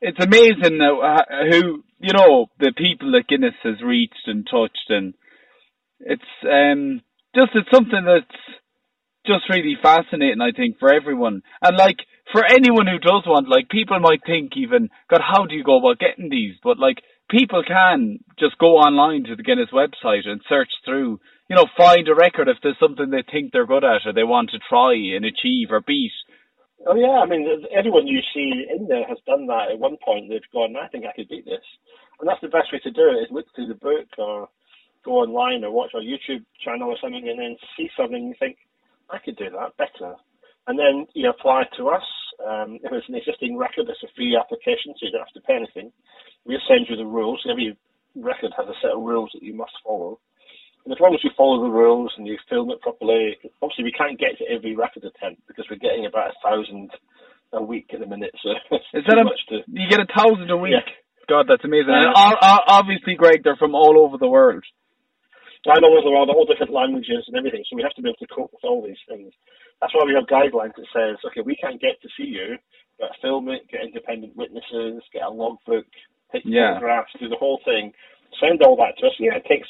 D: it's amazing now, uh, who you know the people that Guinness has reached and touched, and it's um, just it's something that's just really fascinating. I think for everyone, and like for anyone who does want, like people might think even God, how do you go about getting these? But like people can just go online to the Guinness website and search through, you know, find a record if there's something they think they're good at or they want to try and achieve or beat.
E: Oh yeah, I mean, th- everyone you see in there has done that at one point. They've gone, I think I could beat this, and that's the best way to do it: is look through the book or go online or watch our YouTube channel or something, and then see something and you think, I could do that better, and then you apply to us. Um, if it's an existing record, it's a free application, so you don't have to pay anything. We'll send you the rules. Every record has a set of rules that you must follow. And as long as you follow the rules and you film it properly, obviously we can't get to every rapid attempt because we're getting about a thousand a week at the minute. So (laughs) it's
D: Is
E: too
D: that a,
E: much to
D: you get a thousand a week?
E: Yeah.
D: God, that's amazing. And
E: Yeah.
D: o- o- obviously, Greg, they're from all over the world.
E: I know there's around all different languages and everything, so we have to be able to cope with all these things. That's why we have guidelines that says, okay, we can't get to see you, but film it, get independent witnesses, get a logbook, take
D: Yeah.
E: photographs, do the whole thing, send all that to us. Yeah, it takes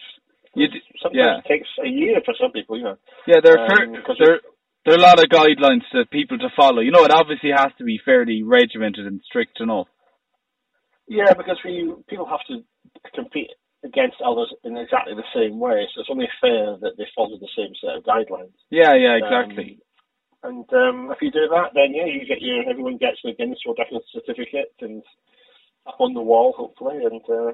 D: You d-
E: sometimes
D: yeah.
E: it takes a year for some people, you know.
D: Yeah, there are,
E: Um,
D: fair-
E: 'cause
D: there,
E: it's-
D: there are a lot of guidelines for people to follow. You know, it obviously has to be fairly regimented and strict enough.
E: Yeah, because we people have to compete against others in exactly the same way, so it's only fair that they follow the same set of guidelines.
D: Yeah, yeah, exactly.
E: Um, and um, if you do that, then yeah, you get your everyone gets their Guinness World Record certificate and up on the wall, hopefully, and uh,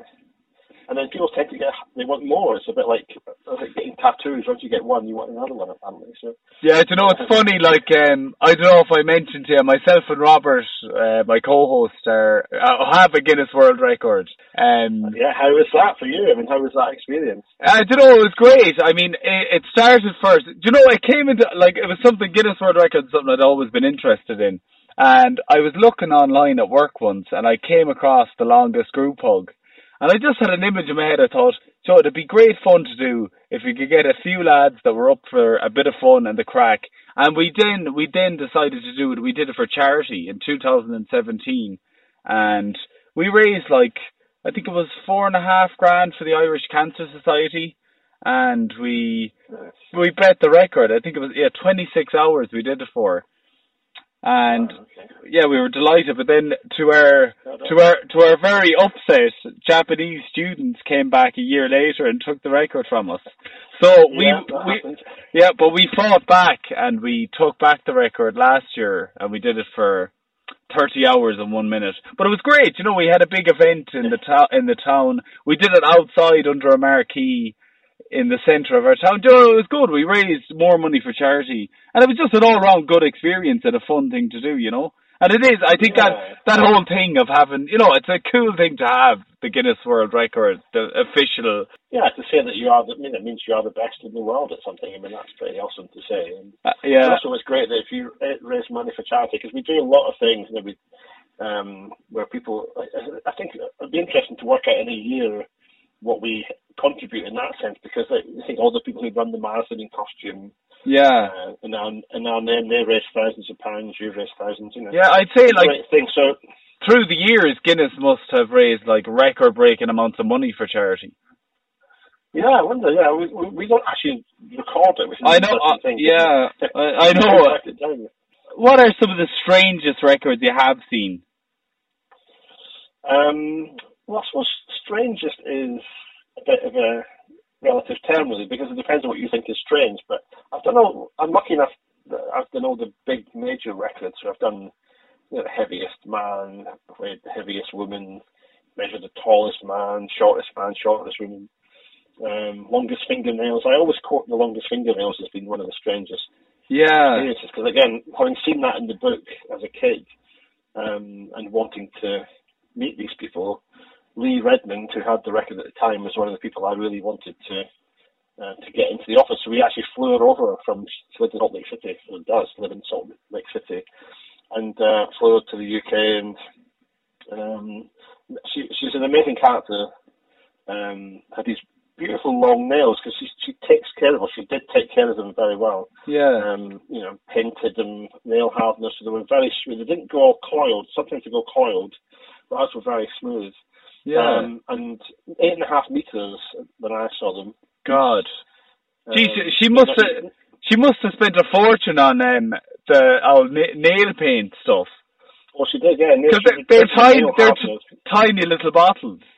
E: and then people tend to get they want more. It's a bit like, like getting tattoos. Once you get one, you want another one, apparently. So
D: yeah, do you know, it's funny, like, um, I don't know if I mentioned to you, myself and Robert, uh, my co-host, are, uh, have a Guinness World Record. Um,
E: yeah, how was that for you? I mean, how was that experience?
D: I don't know. It was great. I mean, it, it started first. Do you know? I came into like it was something Guinness World Records, something I'd always been interested in, and I was looking online at work once, and I came across the longest group hug, and I just had an image in my head. I thought, so it'd be great fun to do if we could get a few lads that were up for a bit of fun and the crack, and we then we then decided to do it. We did it for charity in 2017, and we raised like I think it was four and a half grand for the Irish Cancer Society, and we we bet the record. I think it was yeah twenty six hours we did it for, and yeah we were delighted. But then to our to our to our very upset, Japanese students came back a year later and took the record from us. So we
E: Yeah, that
D: we
E: happened.
D: yeah, but we fought back and we took back the record last year, and we did it for 30 hours in one minute. But it was great. You know, we had a big event in the town. in the town. We did it outside under a marquee in the centre of our town. You know, it was good. We raised more money for charity, and it was just an all-round good experience and a fun thing to do. You know, and it is. I think
E: Yeah.
D: that that whole thing of having, you know, it's a cool thing to have the Guinness World Record, the official
E: Yeah, to say that you are, the, I mean, it means you are the best in the world at something. I mean, that's pretty awesome to say. And
D: Uh, yeah.
E: And also, it's great that if you uh, raise money for charity, because we do a lot of things. You know, we um, where people. I, I think it'd be interesting to work out in a year what we contribute in that sense, because I think all the people who run the marathon in costume,
D: Yeah.
E: uh, and now and now and then they raise thousands of pounds, you raise thousands, you know.
D: Yeah, I'd say like
E: Great thing. So
D: through the years, Guinness must have raised like record-breaking amounts of money for charity.
E: yeah, I wonder. Yeah, we we, we don't actually record it. Which is
D: I
E: an
D: know.
E: interesting
D: Uh,
E: thing.
D: yeah, I, I know.
E: Write it down.
D: What are some of the strangest records you have seen?
E: Um, well, I suppose strangest is a bit of a relative term, really, because it depends on what you think is strange. But I've done all, I'm lucky enough that I've done all the big major records. So I've done you know, the heaviest man, weighed the heaviest woman, measured the tallest man, shortest man, shortest woman, um, longest fingernails. I always quote the longest fingernails as being one of the strangest
D: Yeah,
E: experiences because again, having seen that in the book as a kid, um, and wanting to meet these people, Lee Redmond, who had the record at the time, was one of the people I really wanted to uh, to get into the office. So we actually flew her over from she lived in Salt Lake City, or does live in Salt Lake City, and uh, flew her to the UK. And um, she she's an amazing character. Um, had these beautiful long nails because she she takes care of them. She did take care of them very well
D: yeah,
E: um, you know, painted them, nail hardness. So they were very smooth. They didn't go all coiled. Sometimes they go coiled, but ours were very smooth.
D: yeah.
E: Um, and eight and a half meters when I saw them.
D: God,
E: Um,
D: Gee, she, she must have she must have spent a fortune on um, the old na- nail paint stuff
E: Well, she did, yeah.
D: because they're, they're tiny, they're t- tiny little bottles.
E: (laughs)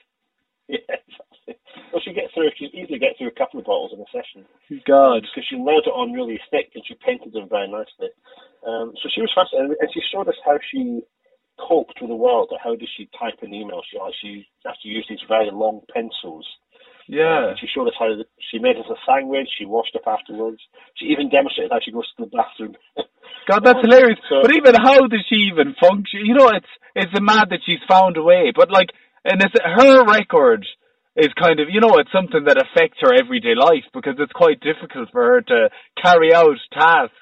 E: Yeah, exactly. Well, she get through. She easily get through a couple of bottles in a session.
D: God,
E: because she laid it on really thick and she painted them very nicely. Um, so she was fascinated, and she showed us how she coped with the world. Like how does she type an email? She like she has to use these very long pencils.
D: yeah,
E: And she showed us how th- she made us a sandwich. She washed up afterwards. She even demonstrated how she goes to the bathroom. (laughs)
D: God, that's hilarious.
E: So-
D: But even how does she even function? You know, it's it's mad that she's found a way. But like, and it's her record is kind of you know it's something that affects her everyday life because it's quite difficult for her to carry out tasks.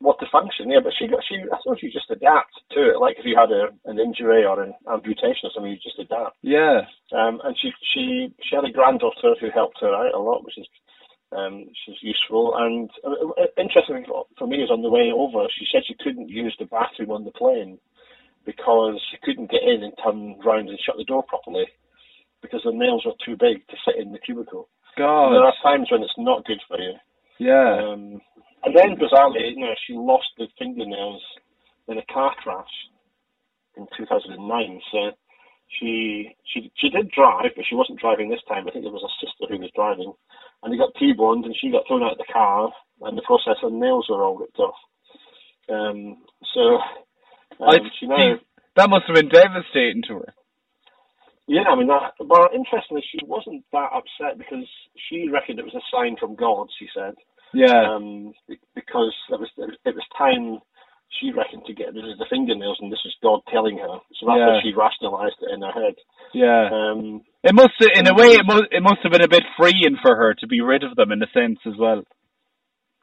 E: what to function? Yeah, but she got she. I suppose you just adapt to it. Like if you had a, an injury or an amputation or something, you just adapt.
D: Yeah,
E: Um, and she, she she had a granddaughter who helped her out a lot, which is um, she's useful. And uh, uh, interestingly for- for me is on the way over, she said she couldn't use the bathroom on the plane because she couldn't get in and turn round and shut the door properly because her nails were too big to sit in the cubicle. And there
D: God,
E: are times when it's not good for you.
D: yeah.
E: Um, and then bizarrely, you know, she lost the fingernails in a car crash in 2009. So she she she did drive, but she wasn't driving this time. I think there was a sister who was driving, and they got T-boned, and she got thrown out of the car, and the process her nails were all ripped off. Um, so um,
D: I
E: she now.
D: that must have been devastating to her.
E: Yeah, I mean that. Well, interestingly, she wasn't that upset because she reckoned it was a sign from God. She said,
D: Yeah,
E: um, be- because it was it was time she reckoned to get rid of the fingernails, and this is God telling her. So that's
D: Yeah.
E: how she rationalised it in her head.
D: yeah.
E: Um,
D: It must, in a way, it must, it must have been a bit freeing for her to be rid of them in a sense as well.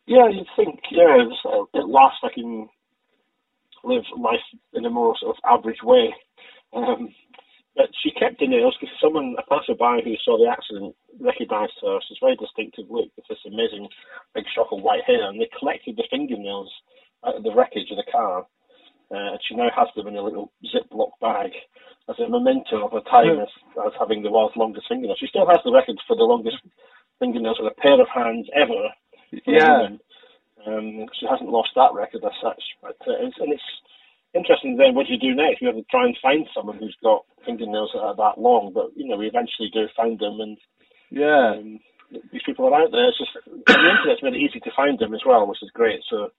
E: yeah, you'd think, yeah, it was, uh, at last I can live life in a more sort of average way. Um, but she kept the nails because someone, a passerby who saw the accident, recognised her. She's a very distinctive look with this amazing big shock of white hair, and they collected the fingernails out of the wreckage of the car. Uh, and she now has them in a little Ziploc bag as a memento of her time as, as having the world's longest fingernails. She still has the record for the longest fingernails with a pair of hands ever. for a
D: Yeah.
E: woman. Um, she hasn't lost that record as such. But uh, it's, and it's interesting then what do you do next? You have to try and find someone who's got fingernails that are that long, but you know, we eventually do find them and
D: Yeah,
E: um, these people are out there. It's just the internet's made it easy to find them as well, which is great. So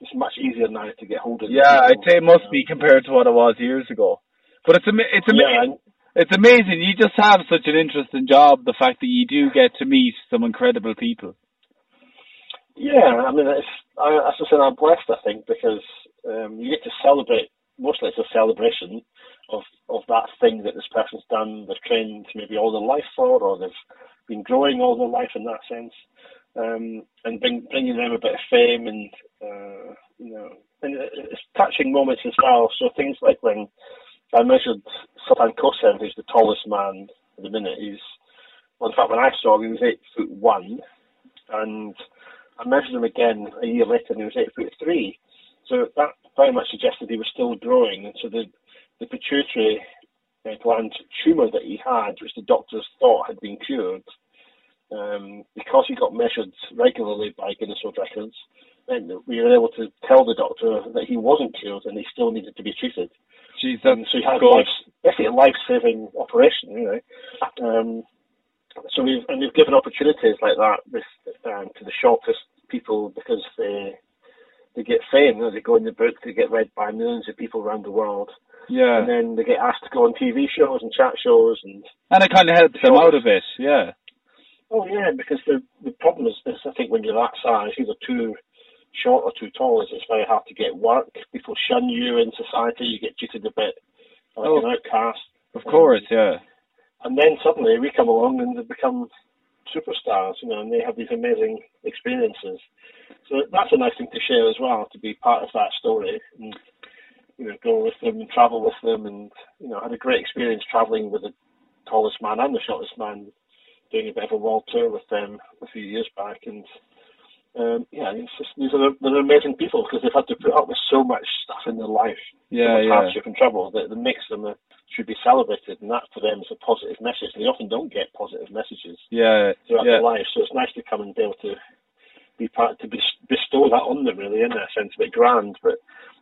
E: it's much easier now to get hold of them.
D: yeah. I'd
E: people,
D: say it must
E: you
D: be compared to what it was years ago. But it's ama- it's
E: know.
D: ama-
E: Yeah, and,
D: it's amazing. You just have such an interesting job. The fact that you do get to meet some incredible people.
E: yeah. I mean, it's, I, as I said, I'm blessed, I think, because um, you get to celebrate. Mostly, it's a celebration of of that thing that this person's done. They've trained maybe all their life for, or they've been growing all their life in that sense, um, and bring, bringing them a bit of fame and uh, you know, and it- it's touching interesting moments in style. So things like when I measured Sultan Kosem, who's the tallest man at the minute. He's well, in fact, when I saw him, he was eight foot one, and I measured him again a year later, and he was eight foot three. So that very much suggested he was still growing, and so the the pituitary uh, gland tumour that he had, which the doctors thought had been cured, um, because he got measured regularly by Guinness World Records, meant that we were able to tell the doctor that he wasn't cured and he still needed to be treated.
D: Jeez,
E: Um, so he had life, basically a life-saving operation, you know. Um, so we've and we've given opportunities like that with, um, to the shortest people because they they get fame, you know, they go in the book, they get read by millions of people around the world,
D: Yeah.
E: and then they get asked to go on TV shows and chat shows and
D: And it kind of helps them
E: Sure.
D: out of it, yeah.
E: Oh yeah, because the the problem is this. I think when you're that size, either too short or too tall, is it's very hard to get work. People shun you in society. You get treated a bit like
D: Oh.
E: an outcast.
D: Of course, yeah.
E: And then suddenly we come along and they become superstars, you know, and they have these amazing experiences. So that's a nice thing to share as well, to be part of that story and you know, go with them and travel with them and you know, I had a great experience travelling with the tallest man and the shortest man doing a bit of a world tour with them a few years back and um, yeah, it's just, these are they're amazing people because they've had to put up with so much stuff in their life, so
D: Yeah,
E: much
D: yeah.
E: hardship and trouble that, that makes them uh, should be celebrated, and that for them is a positive message. They often don't get positive messages
D: Yeah,
E: throughout
D: yeah.
E: their life, so it's nice to come and be able to be part to bes- bestow that on them. Really, in a sense, a bit grand, but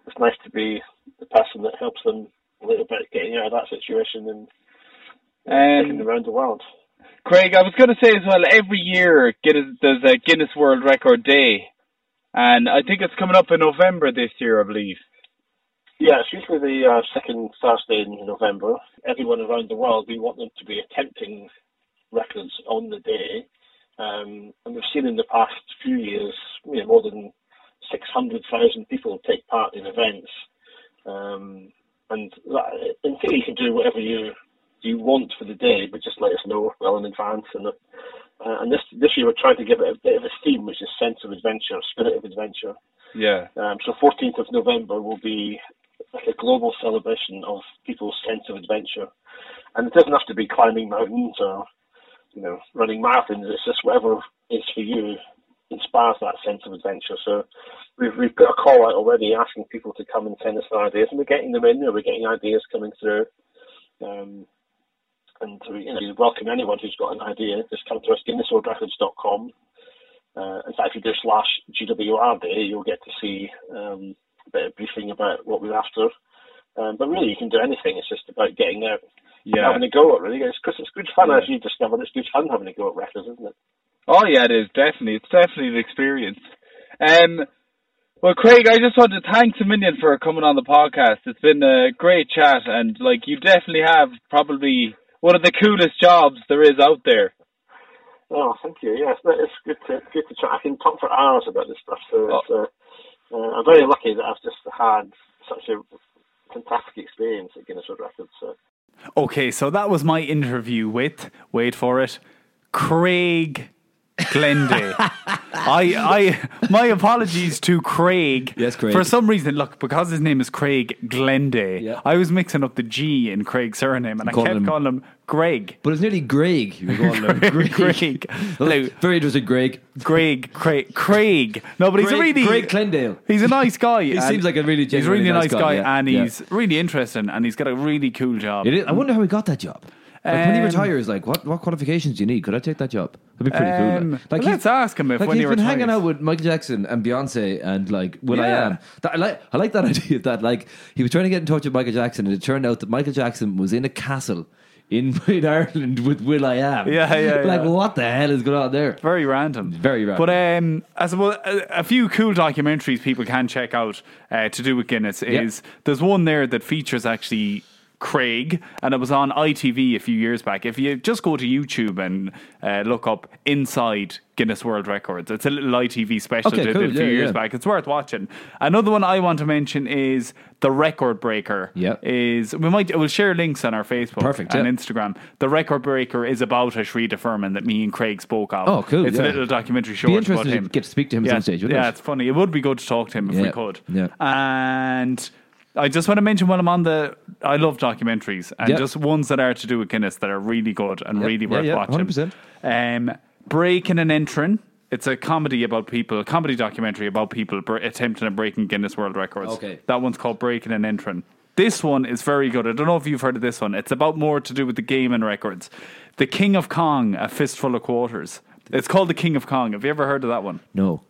E: it's nice to be the person that helps them a little bit getting out of that situation and taking
D: And
E: them around the world.
D: Um, Craig, I was going to say as well, every year Guinness, there's a Guinness World Record Day. And I think it's coming up in November this year, I believe.
E: Yeah, it's usually the uh, second Thursday in November. Everyone around the world, we want them to be attempting records on the day. Um, and we've seen in the past few years, you know, more than 600,000 people take part in events. Um, and that, in theory, you can do whatever you you want for the day, but just let us know well in advance. And uh, and this this year, we're trying to give it a bit of a theme, which is sense of adventure, spirit of adventure.
D: Yeah.
E: Um, so 14th of November will be like a global celebration of people's sense of adventure. And it doesn't have to be climbing mountains or, you know, running marathons. It's just whatever is for you inspires that sense of adventure. So we've, we've got a call out already asking people to come and send us their ideas. And we're getting them in. You know, we're getting ideas coming through. Um, and we, you know, we welcome anyone who's got an idea. Just come to us, guinnessworldrecords.com. Uh, in fact, if you do slash GWR day, you'll get to see um, a bit of briefing about what we're after. Um, but really, you can do anything. It's just about getting out and
D: Yeah.
E: having a go at really. It's, 'cause it's good fun,
D: Yeah.
E: as you discovered. It's good fun having a go at records, isn't it?
D: Oh yeah, it is definitely. It's definitely an experience. Um, well, Craig, I just want to thank a million for coming on the podcast. It's been a great chat, and like you definitely have probably one of the coolest jobs there is out there.
E: Oh, thank you. Yes, no, it's good to good to chat. I can talk for hours about this stuff. So it's,
D: Oh.
E: uh, uh, I'm very lucky that I've just had such a fantastic experience at Guinness World Records. So.
B: Okay, so that was my interview with, wait for it, Craig
C: (laughs)
B: Glenday. I, I, my apologies to Craig.
C: Yes, Craig.
B: For some reason, look, because his name is Craig Glenday,
C: Yeah.
B: I was mixing up the G in Craig's surname and I
C: Calling
B: kept
C: him-
B: calling him Greg.
C: But it's nearly Greg.
B: (laughs)
C: You were calling him. Greg. (laughs)
B: Greg. Hello.
C: Very interesting, Greg.
B: Greg, Craig, Craig. No, but he's
C: Greg-
B: a really
C: Greg Glendale.
B: He's a nice guy.
C: He seems like a really
B: he's a really
C: genuinely
B: nice
C: nice
B: guy,
C: guy, yeah,
B: and
C: yeah.
B: he's really interesting, and he's got a really cool job.
C: It is, I wonder how he got that job. Like when he
B: Um,
C: retires, like what, what qualifications do you need? Could I take that job? That'd be pretty
B: Um,
C: cool. Like,
B: well,
C: he's-
B: let's ask him if
C: like
B: when
C: he's
B: he
C: been hanging
B: retires.
C: out with Michael Jackson and Beyonce and like Will I
B: Yeah.
C: Am. That, I like I like that (laughs) idea that like he was trying to get in touch with Michael Jackson, and it turned out that Michael Jackson was in a castle in, (laughs) in Ireland with Will I Am.
B: Yeah, yeah,
C: like
B: yeah.
C: what the hell is going on there?
B: Very random.
C: Very random.
B: But um, as well, a, a few cool documentaries people can check out uh, to do with Guinness is there's one there that features actually Craig, and it was on ITV a few years back. If you just go to YouTube and uh, look up Inside Guinness World Records, it's a little ITV special
C: Okay,
B: they
C: cool.
B: did a few
C: Yeah,
B: years
C: yeah.
B: back. It's worth watching. Another one I want to mention is The Record Breaker.
C: Yep.
B: Is we might we'll share links on our Facebook
C: Perfect,
B: and
C: yeah.
B: Instagram. The Record Breaker is about a Shreda Furman that me and Craig spoke of.
C: Oh, cool,
B: It's a
C: yeah.
B: little documentary short about
C: interesting to
B: him.
C: get to speak to him at
B: yeah,
C: some stage, wouldn't
B: Yeah,
C: it?
B: it's funny. It would be good to talk to him if we
C: Yeah,
B: could.
C: yeah.
B: And I just want to mention while I'm on the, I love documentaries and
C: Yep.
B: just ones that are to do with Guinness that are really good and really
C: Yeah,
B: worth
C: yeah,
B: watching.
C: 100%.
B: Um, Breaking and Entering. It's a comedy about people, a comedy documentary about people br- attempting and breaking Guinness World Records.
C: Okay.
B: That one's called Breaking and Entering. This one is very good. I don't know if you've heard of this one. It's about more to do with the game and records. The King of Kong, A Fistful of Quarters. It's called The King of Kong. Have you ever heard of that one?
C: No.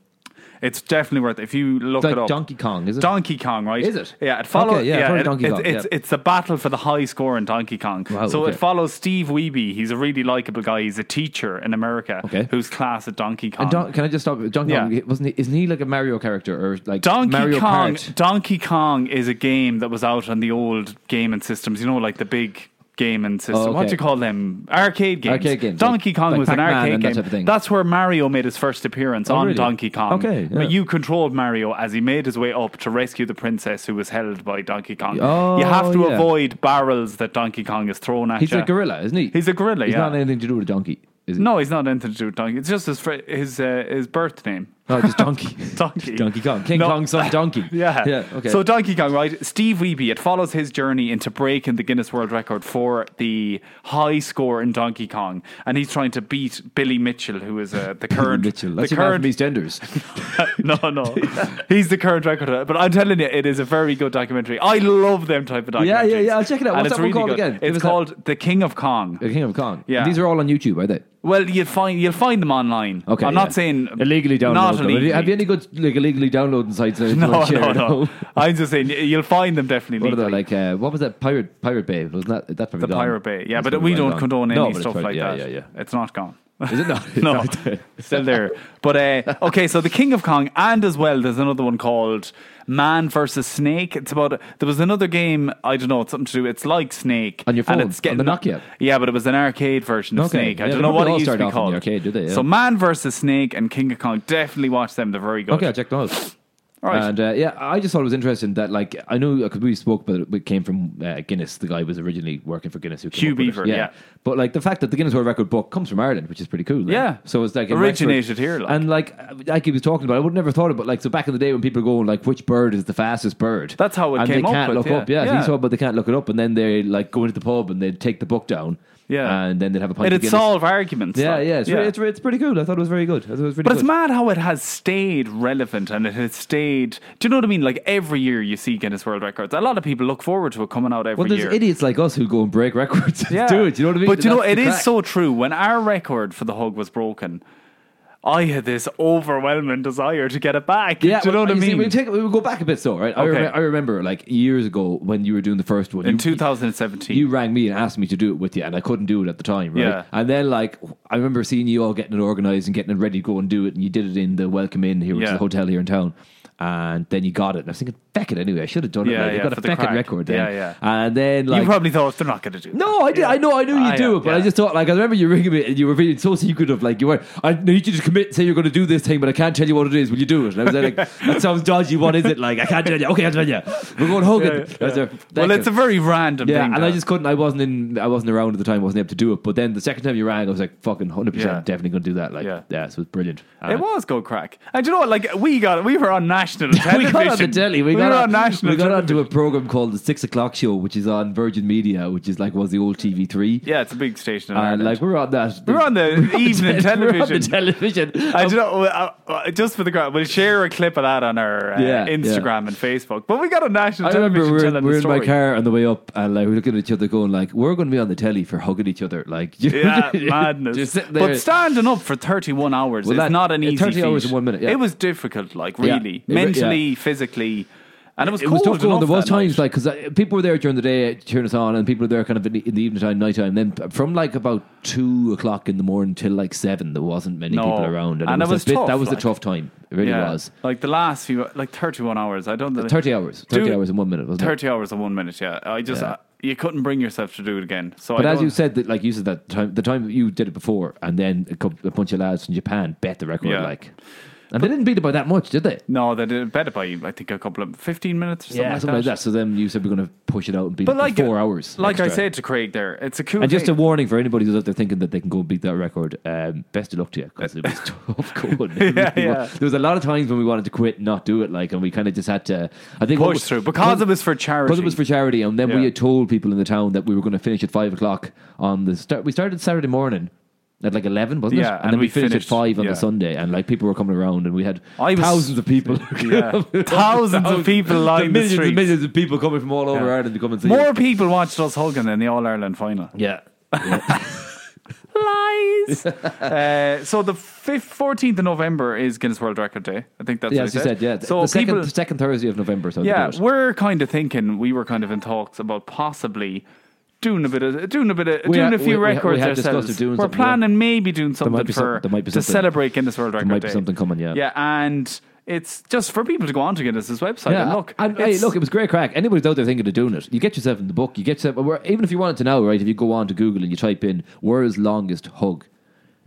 B: It's definitely worth it. If you look
C: It's
B: it
C: like
B: up.
C: Donkey Kong, is it?
B: Donkey Kong, right?
C: Is it?
B: Yeah, it follows.
C: Okay, yeah, I've
B: yeah,
C: heard of
B: it-
C: Donkey
B: it's,
C: Kong,
B: It's,
C: yeah.
B: it's a battle for the high score in Donkey Kong.
C: Wow,
B: so
C: okay.
B: it follows Steve Wiebe. He's a really likable guy. He's a teacher in America
C: Okay.
B: who's class at Donkey Kong.
C: And Don, can I just stop? Donkey
B: Yeah.
C: Kong wasn't he? Isn't he like a Mario character or like
B: Donkey
C: Mario
B: Kong.
C: Kart?
B: Donkey Kong is a game that was out on the old gaming systems. You know, like the big gaming system.
C: Oh,
B: What do
C: okay.
B: you call them? Arcade games.
C: Arcade games,
B: Donkey
C: like-
B: Kong
C: like
B: was an
C: Pac-Man
B: arcade
C: and that
B: game.
C: type of thing. Oh,
B: That's where Mario made his first appearance on
C: really?
B: Donkey Kong.
C: Okay, yeah.
B: But you controlled Mario as he made his way up to rescue the princess who was held by Donkey Kong.
C: Oh,
B: you have to
C: yeah.
B: avoid barrels that Donkey Kong is thrown at
C: He's
B: you.
C: a gorilla, isn't he?
B: He's a gorilla,
C: He's
B: yeah.
C: not anything to do with a donkey, is he?
B: No, he's not anything to do with Donkey. It's just his fr- his uh, his birth name.
C: No, Oh,
B: (laughs)
C: just donkey.
B: Donkey.
C: Donkey Kong. King
B: No.
C: Kong's son, Donkey.
B: (laughs) Yeah.
C: Yeah, okay.
B: So Donkey Kong, right? Steve Wiebe, it follows his journey into breaking the Guinness World Record for the high score in Donkey Kong. And he's trying to beat Billy Mitchell, who is uh, the current.
C: Mitchell.
B: The
C: That's your man
B: current
C: from
B: (laughs)
C: EastEnders.
B: no, no. He's the current record. holder. But I'm telling you, it is a very good documentary. I love them type of documentaries.
C: Yeah, yeah, yeah. I'll check it out.
B: And
C: What's
B: it's
C: that
B: really
C: one called
B: good.
C: again? Give us
B: It's
C: that.
B: called The King of Kong.
C: (laughs) the King of Kong.
B: Yeah.
C: These are all on YouTube, are they?
B: Well, you'll find you'll find them online.
C: Okay.
B: I'm
C: yeah.
B: not saying
C: illegally download.
B: Not
C: them.
B: illegally.
C: Have you any good like illegally downloading sites? (laughs) That
B: (laughs)
C: you
B: no,
C: wanna share
B: no,
C: at
B: no.
C: home?
B: I'm just saying y- you'll find them definitely.
C: What are they
B: legally.
C: like? Uh, what was that pirate pirate bay? Wasn't that that's probably
B: the
C: gone.
B: Pirate Bay. Yeah,
C: That's
B: but
C: probably
B: we
C: gone
B: don't
C: gone.
B: condone
C: No,
B: any
C: but it's
B: stuff
C: probably-
B: like
C: yeah,
B: that.
C: Yeah, yeah.
B: It's not gone.
C: Is
B: (laughs)
C: it not?
B: no,
C: It's not.
B: it's still there. But uh, okay, so the King of Kong, and as well, there's another one called Man versus Snake. It's about there was another game. I don't know. It's something to do. It's like Snake
C: On your phone,
B: and it's
C: on
B: getting
C: the Nokia.
B: Yeah, but it was an arcade version of
C: Okay.
B: Snake. I
C: Yeah,
B: don't
C: they
B: know what
C: probably
B: it
C: all
B: used to be
C: started off in the
B: called.
C: arcade, did they? Yeah.
B: So Man versus Snake and King of Kong. Definitely watch them. They're very good.
C: Okay, I'll check those.
B: All right.
C: And uh, yeah, I just thought it was interesting that like I know because we spoke, but it came from uh, Guinness. The guy was originally working for Guinness, who came
B: Hugh
C: up with it.
B: Beaver, yeah.
C: But like the fact that the Guinness World Record book comes from Ireland, which is pretty cool. like.
B: Yeah.
C: so it's like in
B: Originated
C: Wexford.
B: here, like.
C: and like like he was talking about, I would never thought of it. Like so, back in the day when people go like, which bird is the fastest bird?
B: That's how it
C: and
B: came
C: they
B: up
C: can't
B: with,
C: look up.
B: yeah.
C: Yeah, so
B: Yeah.
C: he's talking about they can't look it up, and then they like go into the pub and they would take the book down.
B: Yeah.
C: and then they'd have a pint. of
B: It'd
C: Guinness.
B: solve arguments.
C: Yeah,
B: like.
C: yeah, it's, Really, it's, it's pretty cool. I thought it was very good. I thought it was really
B: But
C: good.
B: it's mad how it has stayed relevant and it has stayed. Do you know what I mean? Like every year you see Guinness World Records. A lot of people look forward to it coming out every
C: Well, there's
B: year.
C: idiots like us who go and break records. and do it. You know what I mean?
B: But you know,
C: That's
B: it
C: the
B: is
C: crack.
B: so true. When our record for the hug was broken, I had this overwhelming desire to get it back.
C: Yeah,
B: do you know
C: well,
B: what I
C: you see,
B: mean?
C: we take we go back a bit, so right. I,
B: Okay.
C: remember, I remember, like years ago when you were doing the first one
B: In
C: you-
B: 2017.
C: You rang me and asked me to do it with you, and I couldn't do it at the time, right?
B: Yeah.
C: And then, like, I remember seeing you all getting it organized and getting it ready to go and do it, and you did it in the Welcome Inn here, which is
B: Yeah.
C: a hotel here in town. And then you got it, and I was thinking, Beckett anyway. I should have done it.
B: Yeah,
C: like, I
B: yeah, for
C: got a
B: the
C: Beckett
B: crack.
C: record then.
B: Yeah, yeah.
C: And then, like,
B: you probably thought they're not going to do. that."
C: No, I did.
B: Yeah.
C: I know. I knew you
B: Ah,
C: do
B: yeah,
C: it, but I
B: yeah.
C: just thought, like, I remember you ringing me, and you were really so secretive, like you were. I need you to commit, and say you're going to do this thing, but I can't tell you what it is. Will you do it? And I was
B: (laughs)
C: like, that sounds dodgy. What is it? Like, I can't tell you. Okay, I'll tell you. We're going
B: Yeah,
C: Hogan.
B: yeah,
C: I was
B: yeah.
C: like,
B: Well,
C: thank
B: it's
C: you.
B: a very random
C: yeah,
B: thing.
C: and I
B: that.
C: just couldn't. I wasn't in. I wasn't around at the time. I wasn't able to do it. But then the second time you rang, I was like, "Fucking hundred
B: Yeah.
C: percent, definitely going to do that." Like,
B: Yeah.
C: yeah, so it was brilliant. Uh,
B: It
C: And-
B: was good crack. And you know what? Like we got, we were on national television.
C: (laughs) we got on the telly. We, got
B: were
C: on,
B: on national.
C: We got
B: television.
C: onto a program called the Six O'clock Show, which is on Virgin Media, which is like was the old TV three.
B: Yeah, it's a big station. In
C: And
B: Ireland.
C: Uh, like we're on that.
B: We're
C: (laughs)
B: on the (laughs) evening
C: We're on the
B: television.
C: television.
B: I do not, uh, uh, just for the crowd, we'll share a clip of that on our uh,
C: Yeah,
B: Instagram and Facebook. But we got a national
C: Oh, I remember
B: television
C: we we're,
B: telling
C: we we're
B: the
C: in my
B: story.
C: car on the way up, and like we're looking at each other, going like, "We're going to be on the telly for hugging each other." Like, (laughs) you know
B: Yeah,
C: what I mean? Just
B: madness.
C: sitting there.
B: But standing up for 31 hours
C: Well,
B: is
C: that-
B: not an
C: uh,
B: easy
C: 30 hours
B: feat.
C: in one minute, yeah.
B: It was difficult, like
C: Yeah.
B: really,
C: It re-
B: mentally, physically. And it was
C: it was
B: cold
C: tough going.
B: enough
C: There was
B: that night.
C: times like because people were there during the day uh, cheering us on, and people were there kind of in the, in the evening time, night time. Then from like about two o'clock in the morning till like seven, there wasn't many
B: No.
C: people
B: And
C: around, it
B: that
C: was,
B: was
C: a bit,
B: tough,
C: that was
B: like-
C: a tough time. It really
B: yeah.
C: was.
B: Like the last few, like 31 hours. I don't know.
C: Thirty hours, thirty
B: Dude,
C: hours in one minute, wasn't it?
B: 30 hours in one minute, yeah. I just,
C: Yeah.
B: uh, you couldn't bring yourself to do it again. So
C: But
B: I
C: as
B: don't-
C: you said, that like you said that time, the time you did it before, and then a, couple, a bunch of lads from Japan bet the record.
B: Yeah.
C: Like And they didn't beat it by that much, did they?
B: No, they did better by I think a couple of fifteen minutes or something, like,
C: something
B: that.
C: like that. So then you said we're going to push it out and beat
B: But
C: it for
B: like
C: four hours.
B: like I
C: extra.
B: said to Craig, there it's a cool.
C: And just a
B: thing.
C: warning for anybody who's out there thinking that they can go and beat that record, um, best of luck to you because
B: (laughs)
C: it was tough going. (laughs)
B: Yeah, yeah.
C: There was a lot of times when we wanted to quit and not do it, like, and we kind of just had to. I think
B: push
C: what was-
B: through because it was for charity.
C: because it was for charity, and then we
B: Yeah.
C: had told people in the town that we were going to finish at five o'clock on the start. We started Saturday morning at like eleven, wasn't it?
B: Yeah,
C: and,
B: and
C: then we,
B: we
C: finished,
B: finished-
C: at five on
B: yeah.
C: the Sunday, and like people were coming around, and we had
B: I was-
C: thousands of people,
B: (laughs)
C: (laughs)
B: Yeah. Thousands of people lined the
C: millions and
B: streets.
C: millions of people coming from all over
B: Yeah.
C: Ireland to come and see
B: More
C: us.
B: people watched us hugging than the All Ireland final. (laughs)
C: Yeah,
B: Lies. (laughs) uh, so the fourteenth of November is Guinness World Record Day. I think that's
C: yeah,
B: what
C: as
B: he
C: you said, yeah.
B: So
C: the second,
B: people,
C: second Thursday of November, so
B: yeah,
C: they do it.
B: we're kind of thinking we were kind of in talks about possibly. Doing a bit of doing a bit of
C: We
B: doing
C: had-
B: a few
C: we- we had- we
B: records
C: had discussed
B: ourselves.
C: of doing
B: We're
C: something, yeah.
B: planning maybe doing something
C: might be
B: for
C: some- there might be
B: to
C: something.
B: celebrate Guinness World Record
C: might be
B: Day.
C: something coming, yeah.
B: yeah, and it's just for people to go onto Guinness's website and look.
C: and, hey,
B: it's-
C: look, it was great crack. Anybody's out there thinking of doing it, you get yourself in the book. You get yourself, or even if you wanted to know, right? If you go on to Google and you type in "world's longest hug,"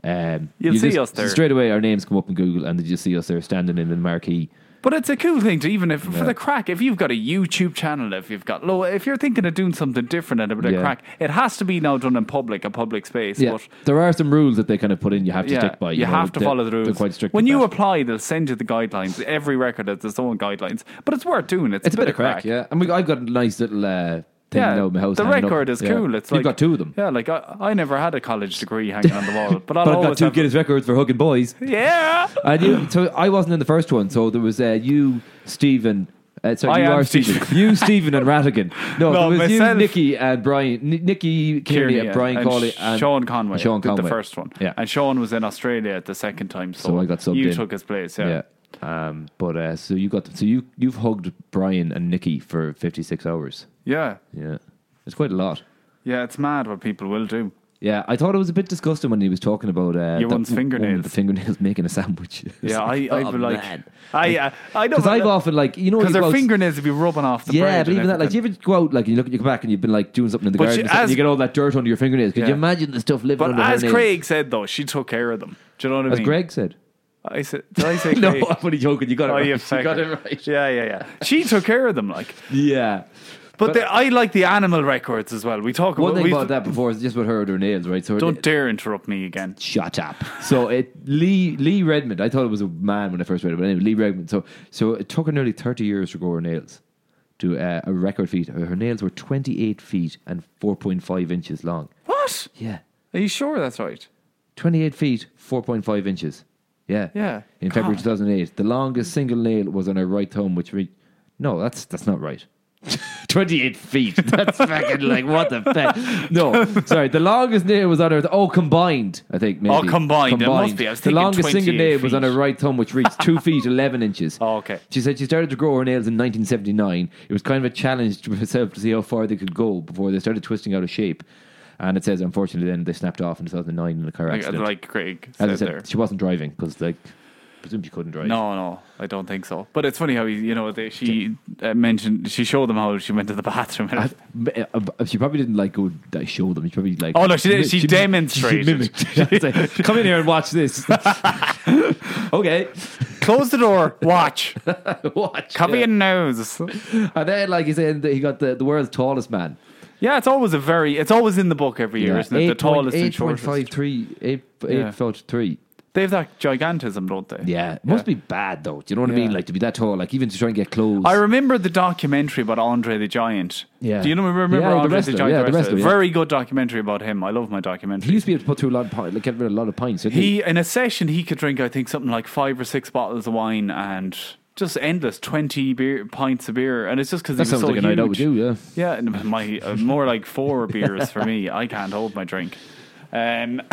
C: um,
B: You'll
C: you
B: see
C: just-
B: us there.
C: straight away. Our names come up in Google, and you see us there standing in the marquee.
B: But it's a cool thing to even if for
C: Yeah.
B: the crack, if you've got a YouTube channel, if you've got low, if you're thinking of doing something different and a bit of
C: Yeah.
B: crack, it has to be now done in public, a public space.
C: Yeah,
B: But
C: there are some rules that they kind of put in. You have to
B: yeah,
C: stick by.
B: you,
C: know,
B: have to
C: they're-
B: follow the rules.
C: They're quite strict.
B: when
C: with
B: you
C: that.
B: apply, they'll send you the guidelines. Every record has its own guidelines, but it's worth doing. It's,
C: it's a bit of crack, yeah. And we, I've got a nice little uh, thing
B: Yeah,
C: now in my house.
B: the
C: hanging
B: record
C: up.
B: is
C: Yeah.
B: cool. It's
C: You've
B: like
C: got two of them.
B: Yeah, like I, I never had a
C: (laughs)
B: college degree hanging on the wall, but, I'll
C: But I've got
B: always
C: two
B: have-
C: Guinness records for hugging boys.
B: Yeah,
C: And you, so I wasn't in the first one. So there was uh, you, Stephen. Uh, sorry,
B: I am
C: you are
B: Stephen.
C: Stephen. you, Stephen, and Ratigan. No,
B: No,
C: there was
B: myself-
C: you, Nicky, and Brian. N- Nicky Kearney, and Brian Cawley,
B: Sh-
C: and
B: Sean Conway.
C: and Sean
B: did
C: Conway,
B: the first one.
C: Yeah,
B: and Sean was in Australia at the second time, so,
C: so I got subbed
B: You
C: in.
B: took his place. Yeah.
C: yeah. Um, but uh, so you got so you you've hugged Brian and Nicky for fifty six hours.
B: yeah,
C: Yeah, it's quite a lot.
B: Yeah, It's mad what people will do.
C: Yeah, I thought it was a bit disgusting when he was talking about uh,
B: Your
C: that
B: one's
C: woman with
B: fingernails.
C: the fingernails (laughs) making a sandwich. It's
B: Yeah,
C: like,
B: I, I
C: (laughs) oh,
B: would like.
C: man.
B: I, uh, I know
C: Because I've often like you know
B: because
C: you
B: their
C: go out-
B: fingernails would be rubbing off the
C: Yeah,
B: bread
C: but
B: and
C: even that, like, you
B: everything.
C: ever go out, like, and you look, you come back and you've been like doing something in the
B: But
C: garden,
B: you-
C: and something,
B: as-
C: you get all that dirt under your fingernails. Could
B: Yeah.
C: you imagine the stuff living
B: But
C: under her
B: as
C: nails?
B: Craig said though, she took care of them. Do you know what I
C: as
B: mean?
C: Greg said,
B: I said, did I say
C: (laughs) no,
B: Craig?
C: I'm only joking. You got it
B: Oh,
C: right.
B: you
C: (laughs) You got
B: fucker.
C: it right.
B: Yeah, yeah, yeah. She took care of them, like.
C: Yeah.
B: But, the, I like the animal records as well. We talk
C: One
B: about.
C: thing
B: we've-
C: about that before is just about her and her nails, right? So
B: Don't dare interrupt me again.
C: Shut up. So it Lee Lee Redmond. I thought it was a man when I first read it, but anyway, Lee Redmond. So so it took her nearly thirty years to grow her nails to uh, a record feat. Her nails were twenty eight feet and four point five inches long.
B: What?
C: Yeah,
B: Are you sure that's right?
C: 28 feet, 4.5 inches. Yeah.
B: Yeah.
C: In February
B: God.
C: 2008, the longest single nail was on her right thumb, which reached. No, that's that's not right. (laughs) 28 feet. (laughs) That's fucking like, what the fuck? No, sorry. The longest nail was on her. Oh, combined, I think. Maybe.
B: Oh, combined, it must be. I was
C: the
B: thinking
C: longest single
B: 28
C: nail was on
B: feet.
C: her right thumb, which reached 2 feet 11 inches.
B: (laughs) Oh, okay.
C: She said she started to grow her nails in 1979. It was kind of a challenge to herself to see how far they could go before they started twisting out of shape. And it says, unfortunately, then they snapped off in 2009 in a car
B: Like,
C: accident.
B: like Craig
C: As
B: said,
C: I said,
B: there.
C: she wasn't driving because, like, presume she couldn't drive.
B: No, no, I don't think so. But it's funny how he, you know they, she uh, mentioned she showed them how she went to the (laughs) bathroom. And
C: I- b- uh, b- she probably didn't like go like, show them. She probably like.
B: Oh, no, she did-
C: mi-
B: she
C: mi-
B: demonstrated. (laughs)
C: She mimicked. It's like, Come in here and watch this. (laughs) okay, (laughs)
B: Close the door. Watch.
C: watch.
B: Cover
C: yeah.
B: your nose.
C: And then, like he said, that he got the, the world's tallest man.
B: Yeah, it's always a very. It's always in the book every year, isn't it? The tallest and shortest.
C: 8.53, eight-
B: Yeah.
C: eight foot three.
B: They have that gigantism, don't they?
C: Yeah, it must be bad though. Do you know what I mean?
B: Yeah.
C: Like to be that tall, like even to try and get close.
B: I remember the documentary about Andre the Giant.
C: Yeah.
B: Do you know, remember
C: Yeah, the
B: Andre the,
C: wrestler,
B: Giant?
C: yeah, the
B: the wrestler?
C: wrestler, yeah.
B: Very good documentary about him. I love my
C: he
B: documentary.
C: used to be able to put through a lot of pints, like get rid of a lot of pints. Didn't he,
B: He in a session he could drink I think something like five or six bottles of wine and just endless twenty beer pints of beer, and it's just because he
C: that
B: was
C: sounds
B: so
C: like a
B: huge.
C: night out with you. Yeah,
B: Yeah, and (laughs) my uh, more like four beers for me. I can't hold my drink. Um, (laughs)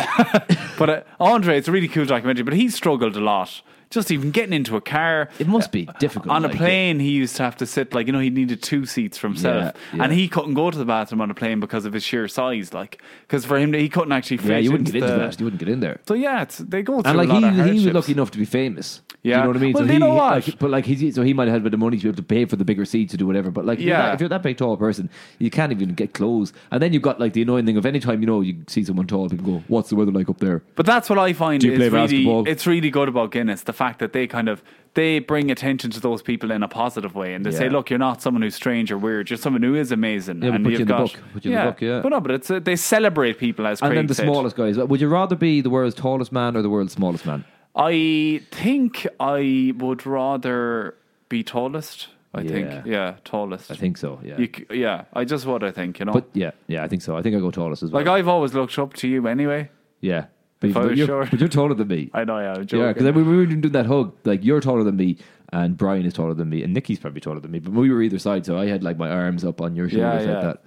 B: but uh, Andre, it's a really cool documentary. But he struggled a lot, just even getting into a car.
C: it must be difficult
B: on a
C: like,
B: plane, he used to have to sit like you know he needed two seats for himself,
C: Yeah, yeah.
B: and he couldn't go to the bathroom on a plane because of his sheer size. Like, because for him, he couldn't actually.
C: Yeah,
B: fit
C: you wouldn't get into
B: the-
C: that. You wouldn't get in there.
B: So yeah, it's, they go through
C: And like
B: a lot of
C: he, he was
B: hardships.
C: lucky enough to be famous. Do
B: Yeah.
C: you know what I mean?
B: Well,
C: so
B: you
C: he,
B: know
C: he-
B: what?
C: like, but like he's so he might have had a bit of money to be able to pay for the bigger seats to do whatever. But like, if you're
B: Yeah.
C: that- if you're that big tall person, you can't even get clothes. And then you've got like the annoying thing of any time you know you see someone tall, people go, "What's the weather like up there?"
B: But that's what I find
C: Do you
B: is
C: play
B: really
C: basketball?
B: it's really good about Guinness. The fact that they kind of they bring attention to those people in a positive way, and they say,
C: Yeah.
B: "Look, you're not someone who's strange or weird. You're someone who is amazing."
C: Yeah, we
B: and
C: put you
B: you've
C: in the
B: got,
C: book. Put you in the book, yeah.
B: But no, but it's uh, they celebrate people as.
C: And
B: Craig
C: then the
B: said.
C: smallest guys. Would you rather be the world's tallest man or the world's smallest man?
B: I think I would rather be tallest. I think, yeah, tallest.
C: I think so. Yeah.
B: You, c- yeah, I just would. I think you know.
C: but yeah, yeah, I think so. I think I go tallest as well.
B: like I've always looked up to you anyway.
C: yeah. But,
B: If I
C: but
B: was
C: you're,
B: short.
C: but you're taller than me.
B: I know, yeah, I'm
C: Yeah,
B: joking.
C: because we we were doing that hug. Like you're taller than me, and Brian is taller than me, and Nikki's probably taller than me. But we were either side, so I had like my arms up on your
B: Yeah,
C: shoulders
B: yeah.
C: like that.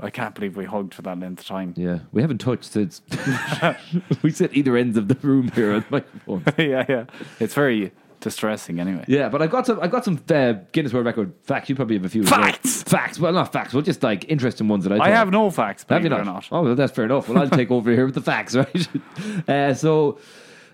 B: I can't believe we hugged for that length of time.
C: Yeah, we haven't touched since. (laughs) we sit either ends of the room here on microphones.
B: (laughs) yeah, yeah. It's very distressing anyway.
C: Yeah, but I've got some. I've got some uh, Guinness World Record facts. You probably have a few. as well.
B: Facts!
C: facts. Well, not facts. Well, just like interesting ones that I.
B: I
C: thought-
B: have no facts,
C: Have
B: believe
C: you
B: it
C: not?
B: or not.
C: Oh, well, that's fair enough. Well, I'll take over here with the facts, (laughs) right? uh, so,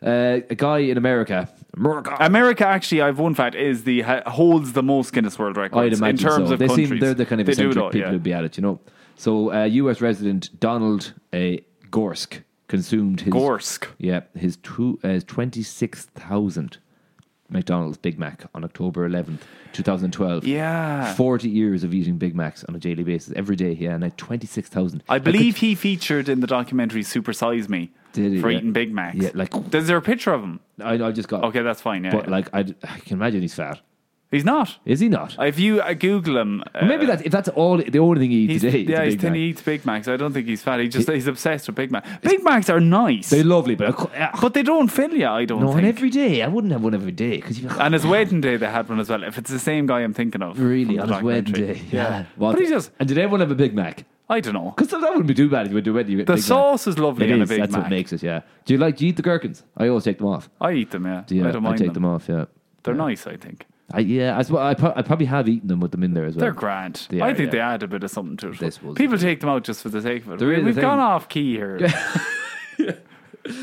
C: uh, a guy in America, America,
B: America actually, I've one fact, is the ha- holds the most Guinness World
C: I'd
B: Records in
C: imagine
B: terms
C: so.
B: of
C: they
B: countries.
C: seem they're the kind of
B: They do
C: eccentric
B: though,
C: people
B: yeah.
C: who'd be at it, you know. So, uh, U.S. resident Donald uh, Gorsk consumed his
B: Gorsk.
C: Yeah, his two uh, twenty six thousand McDonald's Big Mac on October eleventh, two thousand twelve.
B: Yeah.
C: forty years of eating Big Macs on a daily basis every day. Yeah, and at twenty six thousand,
B: I believe he featured in the documentary Super Size Me
C: Did he?
B: for
C: Yeah.
B: eating Big Macs.
C: Yeah, like-
B: Is there a picture of him?
C: I, I just got
B: Okay, that's fine. Yeah,
C: But
B: yeah.
C: like, I'd- I, can imagine he's fat.
B: He's not.
C: Is he not?
B: If you uh, Google him, uh,
C: Maybe that's if that's all the only thing he
B: he's,
C: eats today. is a
B: yeah, he's
C: Big
B: thin.
C: Mac.
B: He eats Big Macs. I don't think he's fat. He just he's obsessed with Big Macs. Big Macs are nice,
C: They're lovely, but I cou- ah,
B: but they don't fill you. I don't
C: no,
B: think.
C: and every day I wouldn't have one every day because you
B: And his wedding day, they had one as well. If it's the same guy I'm thinking of,
C: really
B: from
C: on
B: the
C: his wedding
B: documentary.
C: day. Yeah,
B: But he just-
C: and did everyone have a Big Mac?
B: I don't know.
C: Because that wouldn't be too bad if you went to a wedding. you ate
B: The
C: Big Mac.
B: sauce is lovely
C: It
B: in a
C: is,
B: Big
C: that's
B: Mac.
C: what makes it. Yeah. Do you like? Do you eat the gherkins? I always take them off.
B: I eat them. Yeah,
C: Yeah,
B: I don't mind
C: take
B: them.
C: them. off. Yeah.
B: They're nice. I think
C: I, yeah, I, sw- I, pro- I probably have eaten them with them in there as well.
B: they're grand.
C: They
B: I
C: are,
B: think
C: yeah.
B: they add a bit of something to it.
C: This was-
B: People take them out just for the sake of it.
C: There
B: We-
C: is a
B: We've
C: thing.
B: gone off key
C: (laughs)
B: here.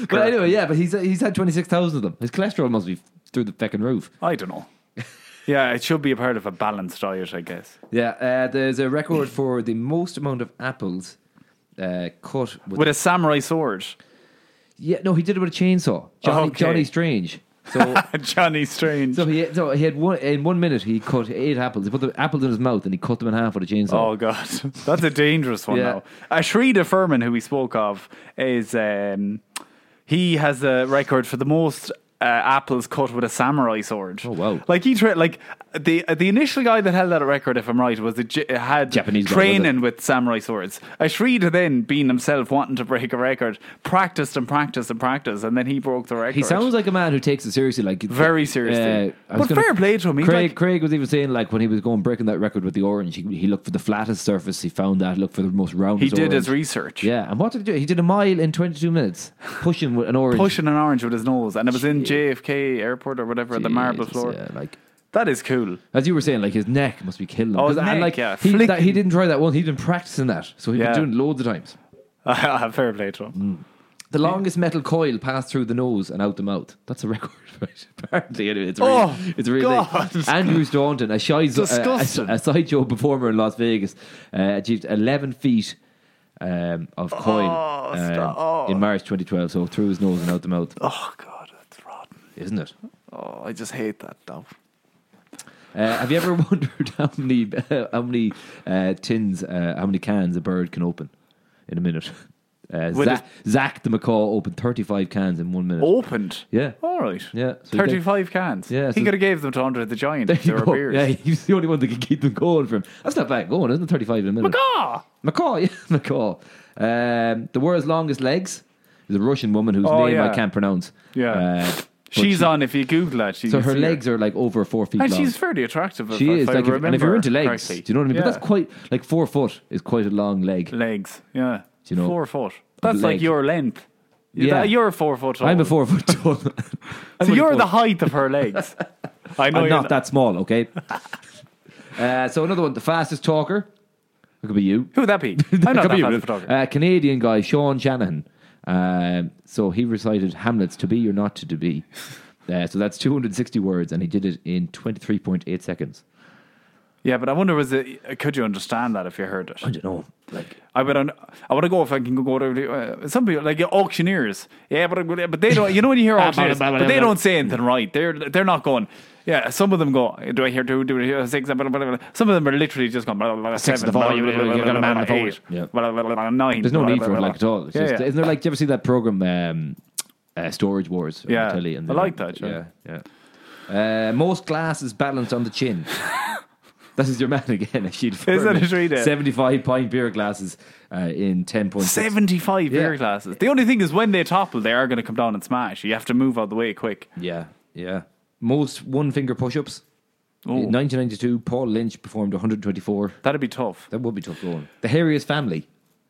C: But anyway, yeah. But he's he's had twenty six thousand of them. His cholesterol must be through the feckin' roof.
B: I don't know. Yeah, it should be a part of a balanced diet, I guess.
C: Yeah. Uh, there's
B: (laughs)
C: a record for the most amount of apples uh, cut with.
B: With a samurai sword, (laughs)
C: yeah. No, he did it with a chainsaw. Johnny,
B: Okay.
C: Johnny Strange. So.
B: Johnny Strange.
C: So he, so he had one in one minute. He cut eight apples. He put the apples in his mouth and he cut them in half with a chainsaw.
B: Oh god, (laughs) that's a dangerous one.
C: Yeah.
B: Now, uh, Shreda Furman, who we spoke of, is um, he has a record for the most. Uh, apples cut with a samurai sword. Oh
C: wow.
B: Like he tra- like the the initial guy that held that record, if I'm right, was the J- had
C: Japanese guy, was it?
B: training with samurai swords. Ashrita then, being himself wanting to break a record, practiced and practiced and practiced, and then he broke the record.
C: He sounds like a man who takes it seriously, like uh,
B: Very seriously.
C: I
B: But
C: was
B: fair play to him, he's
C: Craig,
B: like-
C: Craig was even saying like when he was going breaking that record with the orange, he, he looked for the flattest surface. He found that. Looked for the most round.
B: he did his
C: orange.
B: research.
C: Yeah, and what did he do? He did a mile in twenty-two minutes, pushing with an orange.
B: Pushing an orange with his nose, and it was in JFK airport or whatever, the marble
C: Jesus,
B: floor.
C: Yeah, like
B: That is cool.
C: as you were saying, like his neck must be killing. Him.
B: Oh, his
C: 'Cause- and,
B: neck,
C: like,
B: yeah.
C: He,
B: Flick-
C: that, he didn't try that one. He'd been practicing that, so he'd
B: Yeah.
C: been doing it loads of times.
B: Fair play to him.
C: The longest metal coil passed through the nose and out the mouth. That's a (laughs) record, right? Apparently, anyway, it's a real,
B: Oh,
C: it's a real thing. (laughs)
B: God.
C: Andrew Staunton, a, shy, a,
B: Disgusting.
C: a sideshow performer in Las Vegas, uh, achieved 11 feet um, of coil
B: Oh,
C: um,
B: stop. Oh.
C: in March 2012. So through his nose and out the mouth,
B: Oh god, that's rotten.
C: isn't it?
B: Oh, I just hate that now.
C: Uh, have you ever (laughs) wondered how many how many uh, tins, uh, how many cans a bird can open in a minute? Uh,
B: With
C: Zach, Zach the macaw opened 35 cans in one
B: Oh,
C: minute.
B: Opened.
C: Yeah.
B: All right.
C: Yeah, so he
B: Thirty-five cans.
C: Yeah,
B: He
C: so-
B: could have gave them to Andre the Giant.
C: (laughs) There
B: if
C: you
B: they were
C: go.
B: beers.
C: Yeah, he's the only one that can keep them going for him. That's not bad going, isn't it? 35 in a minute.
B: Macaw!
C: McCaw, (laughs) yeah, McCaw. Um, the world's longest legs is a Russian woman whose
B: Oh,
C: name
B: yeah.
C: I can't pronounce.
B: Yeah.
C: Uh, but
B: She's
C: she-
B: on. If you Google that, she
C: So
B: you
C: her
B: see
C: legs are like over four feet
B: And
C: long.
B: she's fairly attractive. If,
C: she
B: if
C: is.
B: I
C: Like, if,
B: remember
C: and if you're into legs,
B: correctly.
C: do you know what I mean?
B: Yeah.
C: But that's quite, like four foot is quite a long leg.
B: legs. Yeah.
C: Do you know-
B: four foot? That's like
C: leg.
B: your length.
C: Yeah.
B: That- you're four foot. Tall.
C: I'm a four foot tall. (laughs) man. I'm
B: So
C: only
B: you're
C: Oh. four-
B: the height of her
C: (laughs)
B: legs. I know
C: I'm
B: you're
C: not that small,
B: (laughs)
C: okay? uh, so another one, the fastest talker. It could be you.
B: Who would that
C: (laughs)
B: be? I'm not
C: Come
B: that
C: here,
B: fast a
C: Ruth.
B: photographer.
C: Uh, Canadian guy, Sean Shanahan. Um, so he recited Hamlet's To Be or Not to Be. Uh, so that's 260 words, and he did it in 23.8 seconds.
B: yeah, but I wonder was it? Could you understand that if you heard it?
C: don't know. Like,
B: I would. on- I want to go if I can go to uh, some people like auctioneers. Yeah, but but they don't. You know when you
C: (laughs)
B: hear auctioneers, but they don't say anything right. They're they're not going. Yeah, some of them go. Do I hear two? Do I hear six? Blah, blah, blah, blah. Some of them are literally just going. Blah, blah, blah,
F: Six
B: seven,
F: of the
B: blah,
F: volume,
B: blah, blah,
F: you've got a man
B: blah,
F: of the
B: eight,
F: vote.
C: Yeah.
B: blah, blah, blah, blah, Nine.
C: There's no
B: blah,
C: need
B: blah,
C: for it
B: blah,
C: like at all. It's
B: yeah,
C: just,
B: yeah.
C: Isn't there like? Do you ever see that program, um, uh, Storage Wars? on
B: Yeah,
C: the telly and
B: I
C: they're
B: like that show.
C: Yeah, yeah. Uh, most glass is balanced on
B: (laughs)
C: the chin. This is your man again. She'd
B: that his read it?
C: Seventy-five pint beer glasses uh, in ten point six.
B: 75 beer
C: Yeah.
B: glasses. The only thing is, when they topple, they are going to come down and smash. You have to move out of the way quick.
C: Yeah, yeah. Most one-finger push-ups.
B: Oh.
C: In 1992, Paul Lynch performed 124.
B: That'd be tough.
C: That would be tough going. The Hairiest Family. Do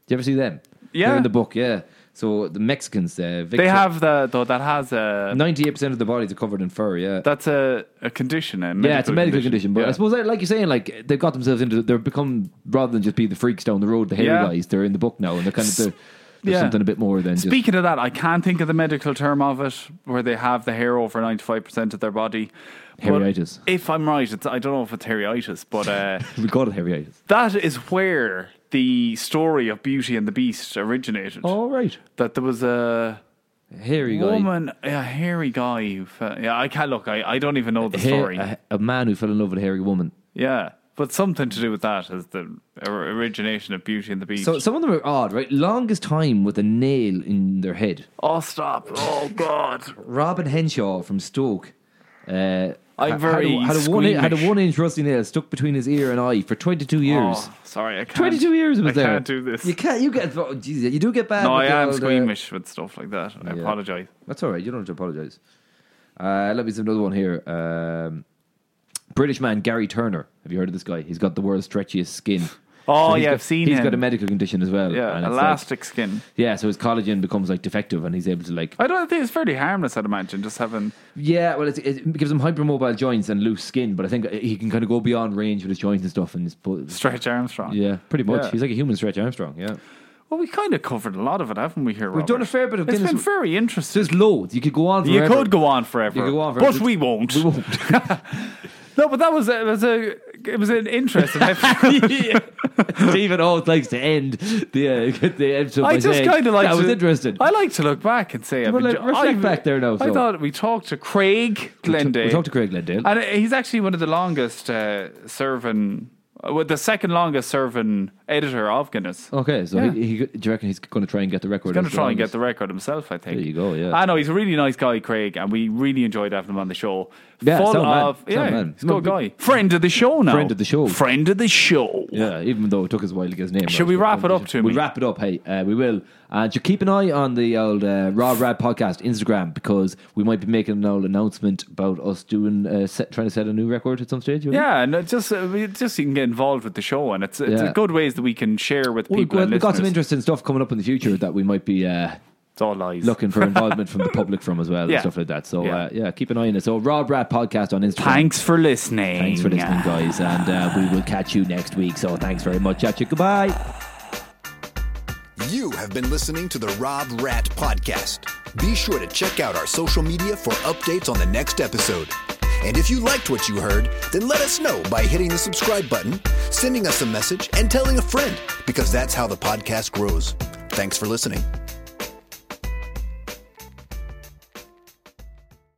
C: you ever see them?
B: Yeah.
C: They're in the book, yeah. So the Mexicans, uh, Victor,
B: They have the, though, that has a.
C: 98% of the bodies are covered in fur, yeah.
B: That's a, a condition. A
C: yeah, it's a medical condition, but
B: Yeah.
C: I suppose, like like you're saying, like they've got themselves into, they've become rather than just be the freaks down the road, the hairy
B: Yeah.
C: guys. They're in the book now, and they're kind of they're, there's
B: Yeah.
C: something a bit more than just
B: Speaking of that, I can't think of the medical term of it where they have the hair over 95% of their body. But
C: Hairitis.
B: If I'm right, it's, I don't know if it's hairitis, but uh, (laughs)
C: we call it hairiitis.
B: that is where the story of Beauty and the Beast originated.
C: All right,
B: That there was a
C: Oh. hairy guy,
B: woman, a hairy guy. Who, fe- yeah, I can't look. I, I don't even know the
C: Hair- uh,
B: story.
C: a, a man who fell in love with a hairy woman.
B: yeah, but something to do with that is the or- origination of Beauty and the Beast.
C: So some of them are odd, right? Longest time with a nail in their head.
B: oh, stop! Oh God!
C: Robin Henshaw from Stoke. Uh,
B: I'm
C: ha-
B: very
C: had a, had a one had
B: squeamish.
C: a one inch rusty nail stuck between his ear and eye for 22 years.
B: Oh, sorry, I can't.
C: 22 years it was
B: I
C: there.
B: can't do this.
C: You can't. You get. Oh, geez, you do get bad.
B: no, I
C: with the
B: am
C: old, uh,
B: squeamish with stuff like that. I
C: Yeah.
B: apologize.
C: that's all right. You don't have to apologize. Uh, let me see another one here. Um, British man Gary Turner. Have you heard of this guy? He's got the world's stretchiest skin.
B: (laughs) Oh,
C: he's
B: yeah,
C: got-
B: I've seen
C: He's
B: him.
C: got a medical condition as well. and
B: Yeah,
C: it's
B: elastic skin.
C: Like, yeah, so his collagen becomes like defective, and he's able to like
B: I don't think it's fairly harmless. I'd imagine just having.
C: Yeah, well, it's, it gives him hypermobile joints and loose skin, but I think he can kind of go beyond range with his joints and stuff. And his, bu-
B: Stretch Armstrong.
C: yeah, pretty much.
B: Yeah.
C: He's like a human Stretch Armstrong. Yeah,
B: Well, we kind of covered a lot of it, haven't we? Here,
C: We've done
B: Robert?
C: a fair bit of
B: It's
C: Guinness-
B: been very
C: so
B: interesting.
C: there's loads. You could go on.
B: You
C: Forever.
B: could go on forever.
C: You could go on
B: But
C: forever.
B: we won't. (laughs)
C: We won't. (laughs)
B: No, but that was a, it was a it was an
C: (laughs)
B: interesting episode.
C: Stephen always likes to end the uh, (laughs) the episode.
B: I
C: by
B: just
C: saying,
B: kind of like
C: that
B: to,
C: was interesting.
B: I like to look back and say, I've
C: Well, let-
B: enjo-
C: reflect
B: I've-
C: back there now,
B: I
C: so.
B: thought we talked to Craig Glenday.
C: We talked to Craig Leddale.
B: And he's actually one of the longest uh, serving, uh, well, the second longest serving editor of Guinness.
C: okay, so
B: Yeah.
C: he, he, do you reckon he's going to try and get the record?
B: He's going to try and get the record himself, I think.
C: There you go, yeah.
B: I know he's a really nice guy, Craig, and we really enjoyed having him on the show.
C: Yeah,
B: Full
C: sound man,
B: of yeah,
C: sound man.
B: he's a good guy, friend of the show now,
C: Friend of the show.
B: friend of the show.
C: Yeah, even though it took us a while to get his name.
B: Should
C: right,
B: we
C: but
B: wrap it up,
C: should-
B: Toomey?
C: We'll wrap it up. Hey, uh, we will. And you keep an eye on the old uh, Rob Rad podcast Instagram because we might be making an old announcement about us doing uh, set, trying to set a new record at some stage. you know?
B: Yeah, and it just uh, we- just you can get involved with the show, and it's it's
C: Yeah.
B: a good ways that we can share with
C: We've
B: people.
C: got,
B: and
C: we've got some
B: listeners.
C: interesting stuff coming up in the future that we might be uh,
B: It's all lies.
C: looking for
B: (laughs)
C: involvement from the public from as well
B: Yeah.
C: and stuff like that. So
B: Yeah.
C: yeah. Uh, yeah, keep an eye on it. So Rob Rad podcast on Instagram.
B: thanks for listening.
C: Thanks for listening, guys, and uh, we will catch you next week. So thanks very much. At you. Goodbye.
A: You have been listening to the Rob Rat Podcast. Be sure to check out our social media for updates on the next episode. And if you liked what you heard, then let us know by hitting the subscribe button, sending us a message, and telling a friend, because that's how the podcast grows. Thanks for listening.